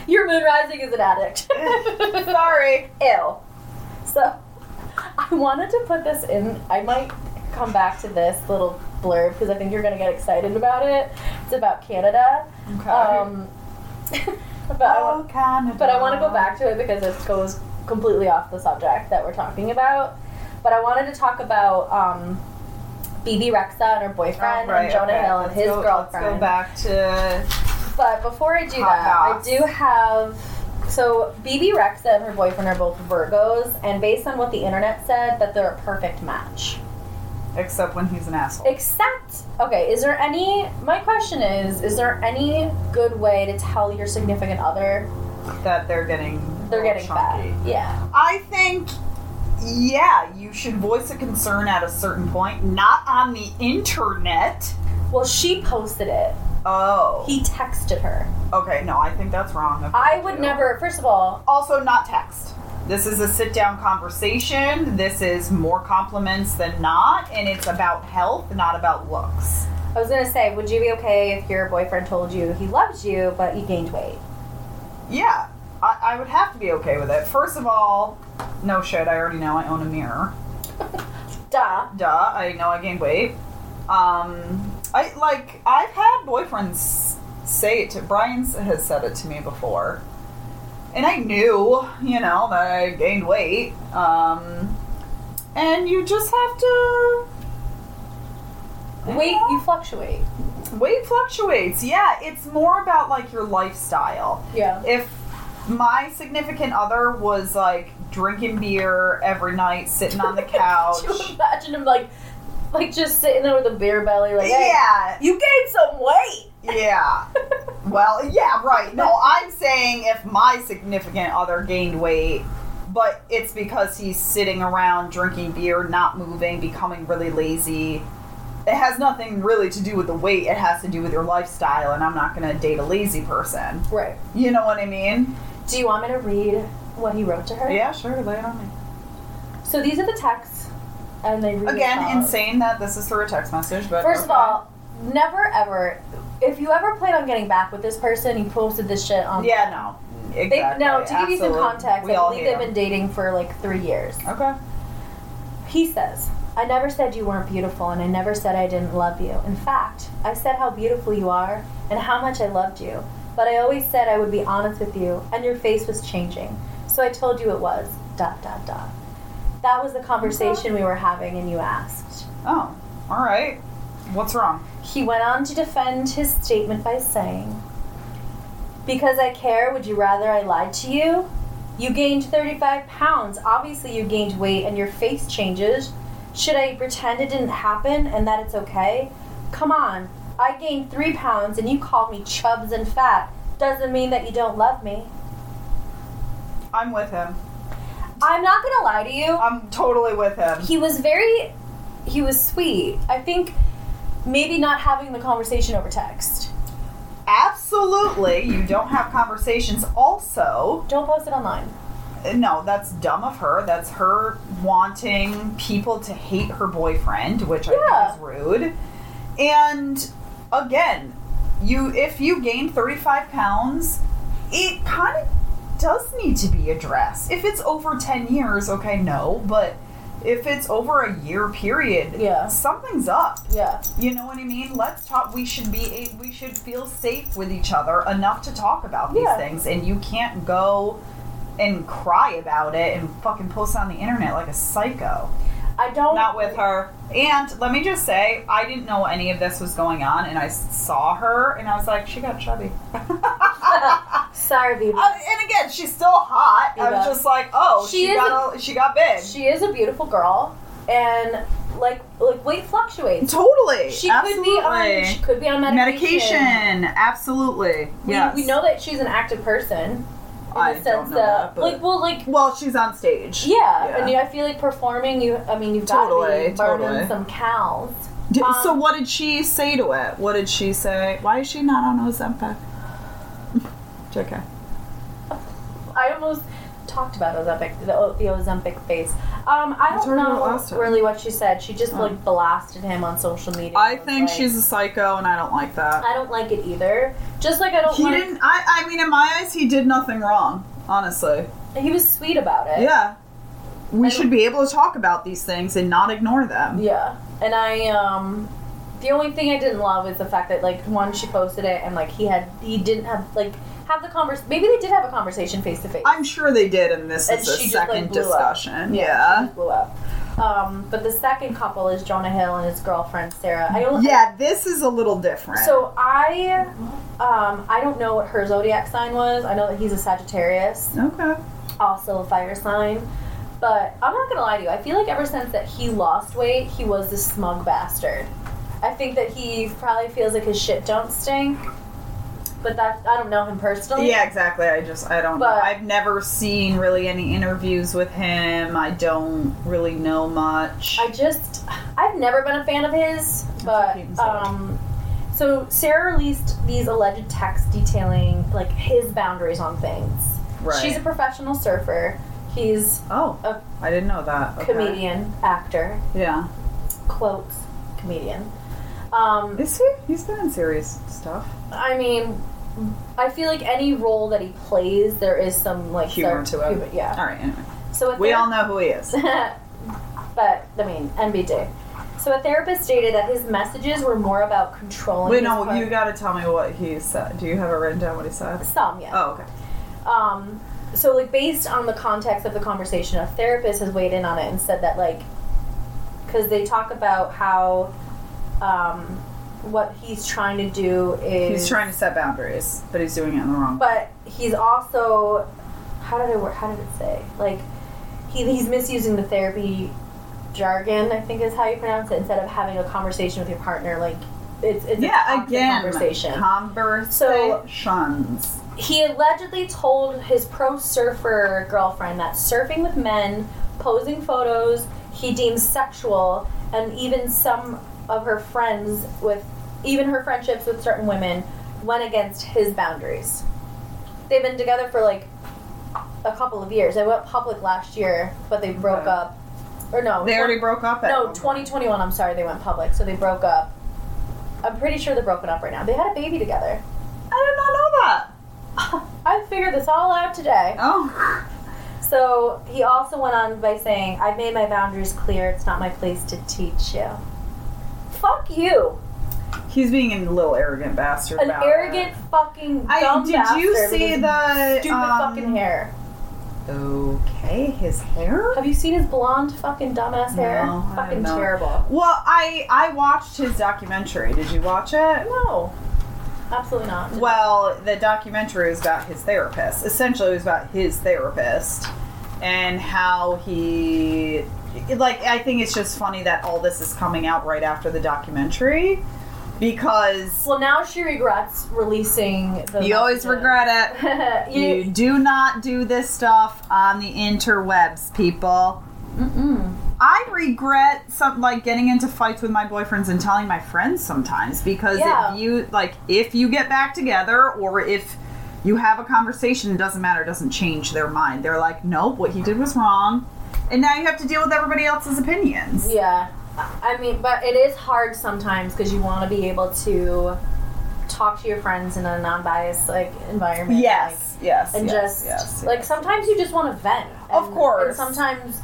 [SPEAKER 1] Your moon rising is an addict. Sorry. Ew. So, I wanted to put this in. I might come back to this little blurb because I think you're going to get excited about it. It's about Canada.
[SPEAKER 2] Okay.
[SPEAKER 1] Um, but I want,
[SPEAKER 2] Canada.
[SPEAKER 1] but I want to go back to it because it goes completely off the subject that we're talking about. But I wanted to talk about um, BB Rexa and her boyfriend,
[SPEAKER 2] Oh, right,
[SPEAKER 1] and Jonah
[SPEAKER 2] okay.
[SPEAKER 1] Hill and
[SPEAKER 2] Let's
[SPEAKER 1] his
[SPEAKER 2] go-
[SPEAKER 1] girlfriend.
[SPEAKER 2] Let's go back to
[SPEAKER 1] But before I do
[SPEAKER 2] Hot
[SPEAKER 1] that,
[SPEAKER 2] goss.
[SPEAKER 1] I do have. So BB Rexa and her boyfriend are both Virgos, and based on what the internet said, that they're a perfect match.
[SPEAKER 2] except when he's an asshole.
[SPEAKER 1] Except, okay, is there any? My question is: Is there any good way to tell your significant other
[SPEAKER 2] that they're getting
[SPEAKER 1] they're
[SPEAKER 2] real
[SPEAKER 1] getting
[SPEAKER 2] chunky.
[SPEAKER 1] fat? Yeah.
[SPEAKER 2] I think, yeah, you should voice a concern at a certain point, not on the internet.
[SPEAKER 1] Well, she posted it.
[SPEAKER 2] Oh.
[SPEAKER 1] He texted her.
[SPEAKER 2] okay, no, I think that's wrong. of
[SPEAKER 1] I
[SPEAKER 2] her
[SPEAKER 1] would
[SPEAKER 2] too.
[SPEAKER 1] never. First of all,
[SPEAKER 2] Also, not text. This is a sit down conversation. This is more compliments than not, and it's about health, not about looks.
[SPEAKER 1] I was gonna say, would you be okay if your boyfriend told you he loves you but you gained weight?
[SPEAKER 2] Yeah, I, I would have to be okay with it. First of all, no shit, I already know I own a mirror.
[SPEAKER 1] Duh.
[SPEAKER 2] Duh, I know I gained weight. Um, I like I've had boyfriends say it to Brian has said it to me before, and I knew, you know, that I gained weight. Um, and you just have to
[SPEAKER 1] Weight, you fluctuate.
[SPEAKER 2] weight fluctuates. Yeah, it's more about like your lifestyle.
[SPEAKER 1] Yeah.
[SPEAKER 2] if my significant other was like drinking beer every night, sitting on the couch.
[SPEAKER 1] Could you imagine him like, like just sitting there with a beer belly, like, hey,
[SPEAKER 2] yeah,
[SPEAKER 1] you gained some weight.
[SPEAKER 2] yeah. Well, yeah, right. No, I'm saying if my significant other gained weight, but it's because he's sitting around drinking beer, not moving, becoming really lazy. It has nothing really to do with the weight, it has to do with your lifestyle, and I'm not going to date a lazy person.
[SPEAKER 1] Right.
[SPEAKER 2] You know what I mean?
[SPEAKER 1] Do you want me to read what he wrote to her?
[SPEAKER 2] Yeah, sure, lay it on me.
[SPEAKER 1] So these are the texts, and they read as
[SPEAKER 2] Again,
[SPEAKER 1] follows.
[SPEAKER 2] insane that this is through a text message, but
[SPEAKER 1] Uh, First of
[SPEAKER 2] okay.
[SPEAKER 1] all, never ever. If you ever plan on getting back with this person, you posted this shit on.
[SPEAKER 2] yeah, no,
[SPEAKER 1] They,
[SPEAKER 2] Um, exactly.
[SPEAKER 1] now, to give you some
[SPEAKER 2] absolutely.
[SPEAKER 1] context,
[SPEAKER 2] we
[SPEAKER 1] I
[SPEAKER 2] all
[SPEAKER 1] believe
[SPEAKER 2] hate
[SPEAKER 1] they've been dating for like three years.
[SPEAKER 2] them. Okay.
[SPEAKER 1] He says, I never said you weren't beautiful, and I never said I didn't love you. In fact, I said how beautiful you are and how much I loved you. But I always said I would be honest with you, and your face was changing. So I told you it was. Dot, dot, dot. That was the conversation we were having, and you asked.
[SPEAKER 2] Oh, all right. What's wrong?
[SPEAKER 1] He went on to defend his statement by saying, Because I care, would you rather I lied to you? You gained 35 pounds. Obviously, you gained weight and your face changes. Should I pretend it didn't happen and that it's okay? Come on, I gained three pounds and you called me chubs and fat. Doesn't mean that you don't love me.
[SPEAKER 2] I'm with him.
[SPEAKER 1] I'm not gonna lie to you.
[SPEAKER 2] I'm totally with him.
[SPEAKER 1] he was very he was sweet i think maybe not having the conversation over text
[SPEAKER 2] Absolutely, you don't have conversations. Also,
[SPEAKER 1] don't post it online
[SPEAKER 2] no, that's dumb of her. That's her wanting people to hate her boyfriend, which
[SPEAKER 1] Yeah.
[SPEAKER 2] I think is rude. And again, you if you gain 35 pounds, it kind of does need to be addressed. If it's over 10 years, okay, no, but if it's over a year period,
[SPEAKER 1] Yeah.
[SPEAKER 2] something's up.
[SPEAKER 1] yeah
[SPEAKER 2] You know what I mean? Let's talk. We should be. We should feel safe with each other enough to talk about these
[SPEAKER 1] Yeah.
[SPEAKER 2] things. And you can't go and cry about it and fucking post it on the internet like a psycho.
[SPEAKER 1] i don't
[SPEAKER 2] Not with her. And let me just say, I didn't know any of this was going on, and I s- saw her, and I was like, she got chubby.
[SPEAKER 1] sorry baby
[SPEAKER 2] Uh, and again, she's still hot. I was
[SPEAKER 1] Yeah.
[SPEAKER 2] just like, oh, she,
[SPEAKER 1] She is
[SPEAKER 2] got a, she got big.
[SPEAKER 1] she is a beautiful girl and like like weight fluctuates
[SPEAKER 2] totally.
[SPEAKER 1] she could be on she could be on medication,
[SPEAKER 2] medication. Absolutely.
[SPEAKER 1] We,
[SPEAKER 2] Yes.
[SPEAKER 1] we know that she's an active person in
[SPEAKER 2] I
[SPEAKER 1] the
[SPEAKER 2] don't
[SPEAKER 1] sense
[SPEAKER 2] know
[SPEAKER 1] that,
[SPEAKER 2] that, but-
[SPEAKER 1] like well like
[SPEAKER 2] Well, she's on stage.
[SPEAKER 1] yeah,
[SPEAKER 2] Yeah.
[SPEAKER 1] and you, I feel like performing. You, I mean, you've
[SPEAKER 2] Totally,
[SPEAKER 1] got to be burning
[SPEAKER 2] totally.
[SPEAKER 1] some cows.
[SPEAKER 2] D-
[SPEAKER 1] Um,
[SPEAKER 2] so what did she say to it? What did she say? Why is she not on Ozempic? It's okay.
[SPEAKER 1] I almost talked about Ozempic, the, O- the Ozempic face. Um, I
[SPEAKER 2] That's
[SPEAKER 1] don't
[SPEAKER 2] what I
[SPEAKER 1] know
[SPEAKER 2] wrote last time.
[SPEAKER 1] really what she said. She just
[SPEAKER 2] Oh.
[SPEAKER 1] like blasted him on social media.
[SPEAKER 2] I
[SPEAKER 1] and was
[SPEAKER 2] think
[SPEAKER 1] like,
[SPEAKER 2] she's a psycho, and I don't like that.
[SPEAKER 1] I don't like it either. Just like I don't
[SPEAKER 2] He
[SPEAKER 1] like.
[SPEAKER 2] didn't. I. I mean, in my eyes, he did nothing wrong. Honestly,
[SPEAKER 1] He was sweet about it.
[SPEAKER 2] yeah. We
[SPEAKER 1] I
[SPEAKER 2] should be able to talk about these things and not ignore them.
[SPEAKER 1] Yeah. And I um, the only thing I didn't love is the fact that like one she posted it and like he had he didn't have like have the convers maybe they did have a conversation face to face.
[SPEAKER 2] I'm sure they did, and this
[SPEAKER 1] And
[SPEAKER 2] is a
[SPEAKER 1] she just, like,
[SPEAKER 2] second
[SPEAKER 1] blew up.
[SPEAKER 2] discussion. Yeah.
[SPEAKER 1] She blew up. Um, but the second couple is Jonah Hill and his girlfriend Sarah. I don't.
[SPEAKER 2] Yeah, this is a little different.
[SPEAKER 1] So I, um, I don't know what her zodiac sign was. I know that he's a Sagittarius,
[SPEAKER 2] okay.
[SPEAKER 1] also a fire sign. But I'm not gonna lie to you. I feel like ever since that he lost weight, he was this smug bastard. I think that he probably feels like his shit don't stink. But that I don't know him personally.
[SPEAKER 2] Yeah, exactly. I just I don't know.
[SPEAKER 1] But-
[SPEAKER 2] I've never seen really any interviews with him. I don't really know much.
[SPEAKER 1] I just I've never been a fan of his,
[SPEAKER 2] what
[SPEAKER 1] but
[SPEAKER 2] Peyton said.
[SPEAKER 1] um so Sarah released these alleged texts detailing like his boundaries on things.
[SPEAKER 2] right.
[SPEAKER 1] She's a professional surfer. He's
[SPEAKER 2] oh,
[SPEAKER 1] a
[SPEAKER 2] I didn't know that. Okay.
[SPEAKER 1] comedian, actor,
[SPEAKER 2] Yeah.
[SPEAKER 1] quotes, comedian. Um
[SPEAKER 2] Is he? He's been in serious stuff.
[SPEAKER 1] I mean I feel like any role that he plays, there is some like
[SPEAKER 2] Humor
[SPEAKER 1] sort-
[SPEAKER 2] to it.
[SPEAKER 1] humor- Yeah.
[SPEAKER 2] All right. Anyway,
[SPEAKER 1] So at
[SPEAKER 2] we
[SPEAKER 1] their-
[SPEAKER 2] all know who he is.
[SPEAKER 1] but I mean, NBD. So a therapist stated that his messages were more about controlling.
[SPEAKER 2] Wait,
[SPEAKER 1] his
[SPEAKER 2] no,
[SPEAKER 1] part-
[SPEAKER 2] you got to tell me what he said. Do you have it written down? What he said?
[SPEAKER 1] Some, yeah.
[SPEAKER 2] Oh, okay.
[SPEAKER 1] Um, so like based on the context of the conversation, a therapist has weighed in on it and said that like, because they talk about how, um, what he's trying to do is
[SPEAKER 2] He's trying to set boundaries, but he's doing it in the wrong. way.
[SPEAKER 1] but he's also how did it work how did it say like he, he's misusing the therapy jargon i think is how you pronounce it instead of having a conversation with your partner like it's, it's a
[SPEAKER 2] yeah,
[SPEAKER 1] constant
[SPEAKER 2] again,
[SPEAKER 1] conversation
[SPEAKER 2] conversations.
[SPEAKER 1] he allegedly told his pro surfer girlfriend that surfing with men, posing photos, he deems sexual, and even some of her friends with, even her friendships with certain women, went against his boundaries. They've been together for like a couple of years. They went public last year, but they broke
[SPEAKER 2] Okay.
[SPEAKER 1] up. Or no,
[SPEAKER 2] They
[SPEAKER 1] twen-
[SPEAKER 2] already broke up. At
[SPEAKER 1] uh, no, 2021. I'm sorry, they went public, so they broke up. I'm pretty sure they're broken up right now. They had a baby together.
[SPEAKER 2] I did not know that.
[SPEAKER 1] I figured this all out today.
[SPEAKER 2] Oh,
[SPEAKER 1] So he also went on by saying, I've made my boundaries clear. It's not my place to teach you. Fuck you.
[SPEAKER 2] he's being a little arrogant bastard.
[SPEAKER 1] An
[SPEAKER 2] about it.
[SPEAKER 1] arrogant fucking dumb
[SPEAKER 2] I- did you
[SPEAKER 1] bastard with
[SPEAKER 2] see
[SPEAKER 1] his
[SPEAKER 2] the
[SPEAKER 1] stupid
[SPEAKER 2] um,
[SPEAKER 1] fucking hair?
[SPEAKER 2] Okay, his hair.
[SPEAKER 1] Have you seen his blonde fucking dumbass hair?
[SPEAKER 2] No, I
[SPEAKER 1] fucking
[SPEAKER 2] have not.
[SPEAKER 1] terrible.
[SPEAKER 2] Well, I I watched his documentary. Did you watch it?
[SPEAKER 1] No. Absolutely not.
[SPEAKER 2] Well, the documentary was about his therapist. Essentially, it was about his therapist and how he. Like, I think it's just funny that all this is coming out right after the documentary because
[SPEAKER 1] Well, now she regrets releasing the.
[SPEAKER 2] you always regret it.
[SPEAKER 1] you,
[SPEAKER 2] You do not do this stuff on the interwebs, people.
[SPEAKER 1] mm-mm.
[SPEAKER 2] I regret something like getting into fights with my boyfriends and telling my friends sometimes because
[SPEAKER 1] Yeah.
[SPEAKER 2] if you like if you get back together or if you have a conversation, it doesn't matter, it doesn't change their mind. They're like, nope, what he did was wrong. And now you have to deal with everybody else's opinions.
[SPEAKER 1] Yeah, I mean, but it is hard sometimes because you want to be able to talk to your friends in a non-biased like environment.
[SPEAKER 2] Yes. yes.
[SPEAKER 1] like, and
[SPEAKER 2] yes,
[SPEAKER 1] just
[SPEAKER 2] yes,
[SPEAKER 1] like
[SPEAKER 2] yes.
[SPEAKER 1] sometimes you just want to vent. And,
[SPEAKER 2] Of course.
[SPEAKER 1] and sometimes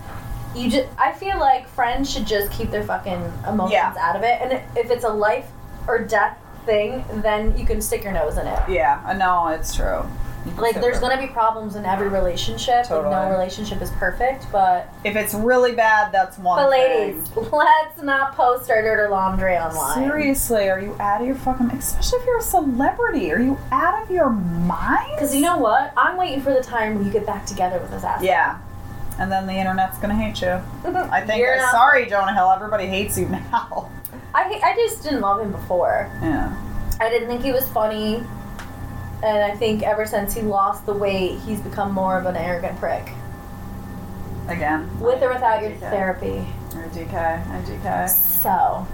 [SPEAKER 1] you just. I feel like friends should just keep their fucking emotions
[SPEAKER 2] Yeah.
[SPEAKER 1] out of it, and if it's a life or death thing, then you can stick your nose in it.
[SPEAKER 2] Yeah, I know it's true. You can
[SPEAKER 1] Like,
[SPEAKER 2] sit
[SPEAKER 1] there's
[SPEAKER 2] there.
[SPEAKER 1] gonna be problems in every relationship. Like,
[SPEAKER 2] Totally.
[SPEAKER 1] no relationship is perfect, but
[SPEAKER 2] if it's really bad, that's one
[SPEAKER 1] but
[SPEAKER 2] thing.
[SPEAKER 1] ladies, let's not post our dirt or laundry online.
[SPEAKER 2] Seriously, are you out of your fucking especially if you're a celebrity, are you out of your mind?
[SPEAKER 1] Because you know what? I'm waiting for the time when you get back together with this ass.
[SPEAKER 2] Yeah. And then the internet's gonna hate you. I think
[SPEAKER 1] You're not-
[SPEAKER 2] sorry, Jonah Hill, everybody hates you now.
[SPEAKER 1] I, I just didn't love him before.
[SPEAKER 2] Yeah.
[SPEAKER 1] I didn't think he was funny. And I think ever since he lost the weight, he's become more of an arrogant prick.
[SPEAKER 2] Again.
[SPEAKER 1] With or without your
[SPEAKER 2] IDK.
[SPEAKER 1] therapy.
[SPEAKER 2] Or DK. IDK.
[SPEAKER 1] So,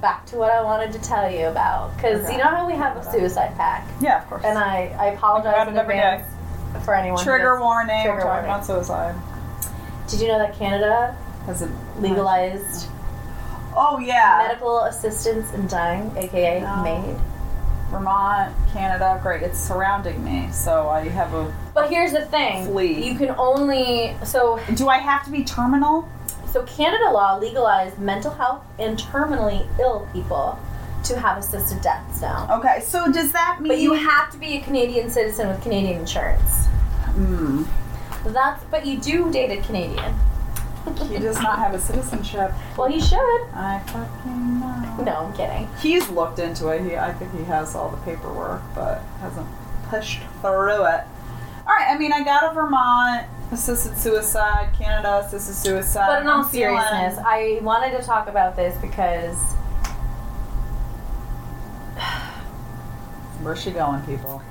[SPEAKER 1] back to what I wanted to tell you about. Because
[SPEAKER 2] Okay.
[SPEAKER 1] you know how we have a suicide pack?
[SPEAKER 2] Yeah, of course.
[SPEAKER 1] And I, I apologize
[SPEAKER 2] About
[SPEAKER 1] in
[SPEAKER 2] it every
[SPEAKER 1] advance for anyone. who
[SPEAKER 2] Trigger
[SPEAKER 1] does-
[SPEAKER 2] warning.
[SPEAKER 1] Trigger
[SPEAKER 2] We're talking
[SPEAKER 1] warning.
[SPEAKER 2] about suicide.
[SPEAKER 1] Did you know that Canada
[SPEAKER 2] Has it
[SPEAKER 1] legalized
[SPEAKER 2] Oh yeah.
[SPEAKER 1] medical assistance in dying, aka
[SPEAKER 2] No.
[SPEAKER 1] MAID?
[SPEAKER 2] Vermont, Canada, great. It's surrounding me, so I have a.
[SPEAKER 1] But here's the thing.
[SPEAKER 2] Flee.
[SPEAKER 1] You can only so
[SPEAKER 2] Do I have to be terminal?
[SPEAKER 1] so Canada law legalized mental health and terminally ill people to have assisted deaths now.
[SPEAKER 2] Okay, so does that mean
[SPEAKER 1] But you have to be a Canadian citizen with Canadian insurance.
[SPEAKER 2] Mm.
[SPEAKER 1] That's but you do date a Canadian.
[SPEAKER 2] He does not have a citizenship.
[SPEAKER 1] Well, he should.
[SPEAKER 2] I fucking know.
[SPEAKER 1] No, I'm kidding.
[SPEAKER 2] He's looked into it. He, I think he has all the paperwork, but hasn't pushed through it. All right. I mean, I got a Vermont Assisted suicide, Canada, assisted suicide.
[SPEAKER 1] But in all
[SPEAKER 2] I'm uh, feeling-
[SPEAKER 1] seriousness, I wanted to talk about this because
[SPEAKER 2] Where's she going, people?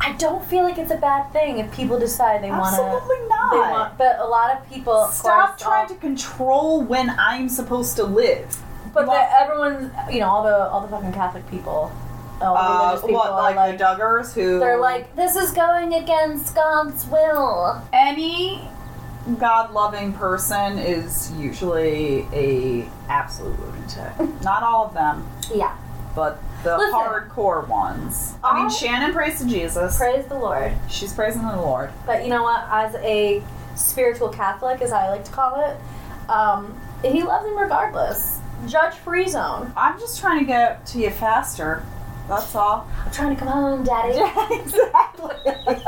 [SPEAKER 1] I don't feel like it's a bad thing if people decide they want to.
[SPEAKER 2] Absolutely not.
[SPEAKER 1] They want, but a lot of people of
[SPEAKER 2] Stop
[SPEAKER 1] course,
[SPEAKER 2] trying
[SPEAKER 1] all-
[SPEAKER 2] to control when I'm supposed to live.
[SPEAKER 1] But
[SPEAKER 2] you want-
[SPEAKER 1] the, everyone's, you know, all the all the fucking Catholic people, all the
[SPEAKER 2] Uh,
[SPEAKER 1] religious people,
[SPEAKER 2] what,
[SPEAKER 1] are
[SPEAKER 2] like,
[SPEAKER 1] like
[SPEAKER 2] the Duggars who.
[SPEAKER 1] they're like, this is going against God's will.
[SPEAKER 2] Any God loving person is usually a absolute lunatic. Not all of them,
[SPEAKER 1] Yeah,
[SPEAKER 2] but the
[SPEAKER 1] Listen.
[SPEAKER 2] hardcore ones. I mean,
[SPEAKER 1] I'll-
[SPEAKER 2] Shannon prays to Jesus.
[SPEAKER 1] praise the Lord.
[SPEAKER 2] She's praising the Lord.
[SPEAKER 1] But you know what? As a spiritual Catholic, as I like to call it, um, he loves him regardless. Judge free zone.
[SPEAKER 2] I'm just trying to get to you faster. That's all.
[SPEAKER 1] I'm trying to come home, Daddy.
[SPEAKER 2] Yeah, exactly.
[SPEAKER 1] I'm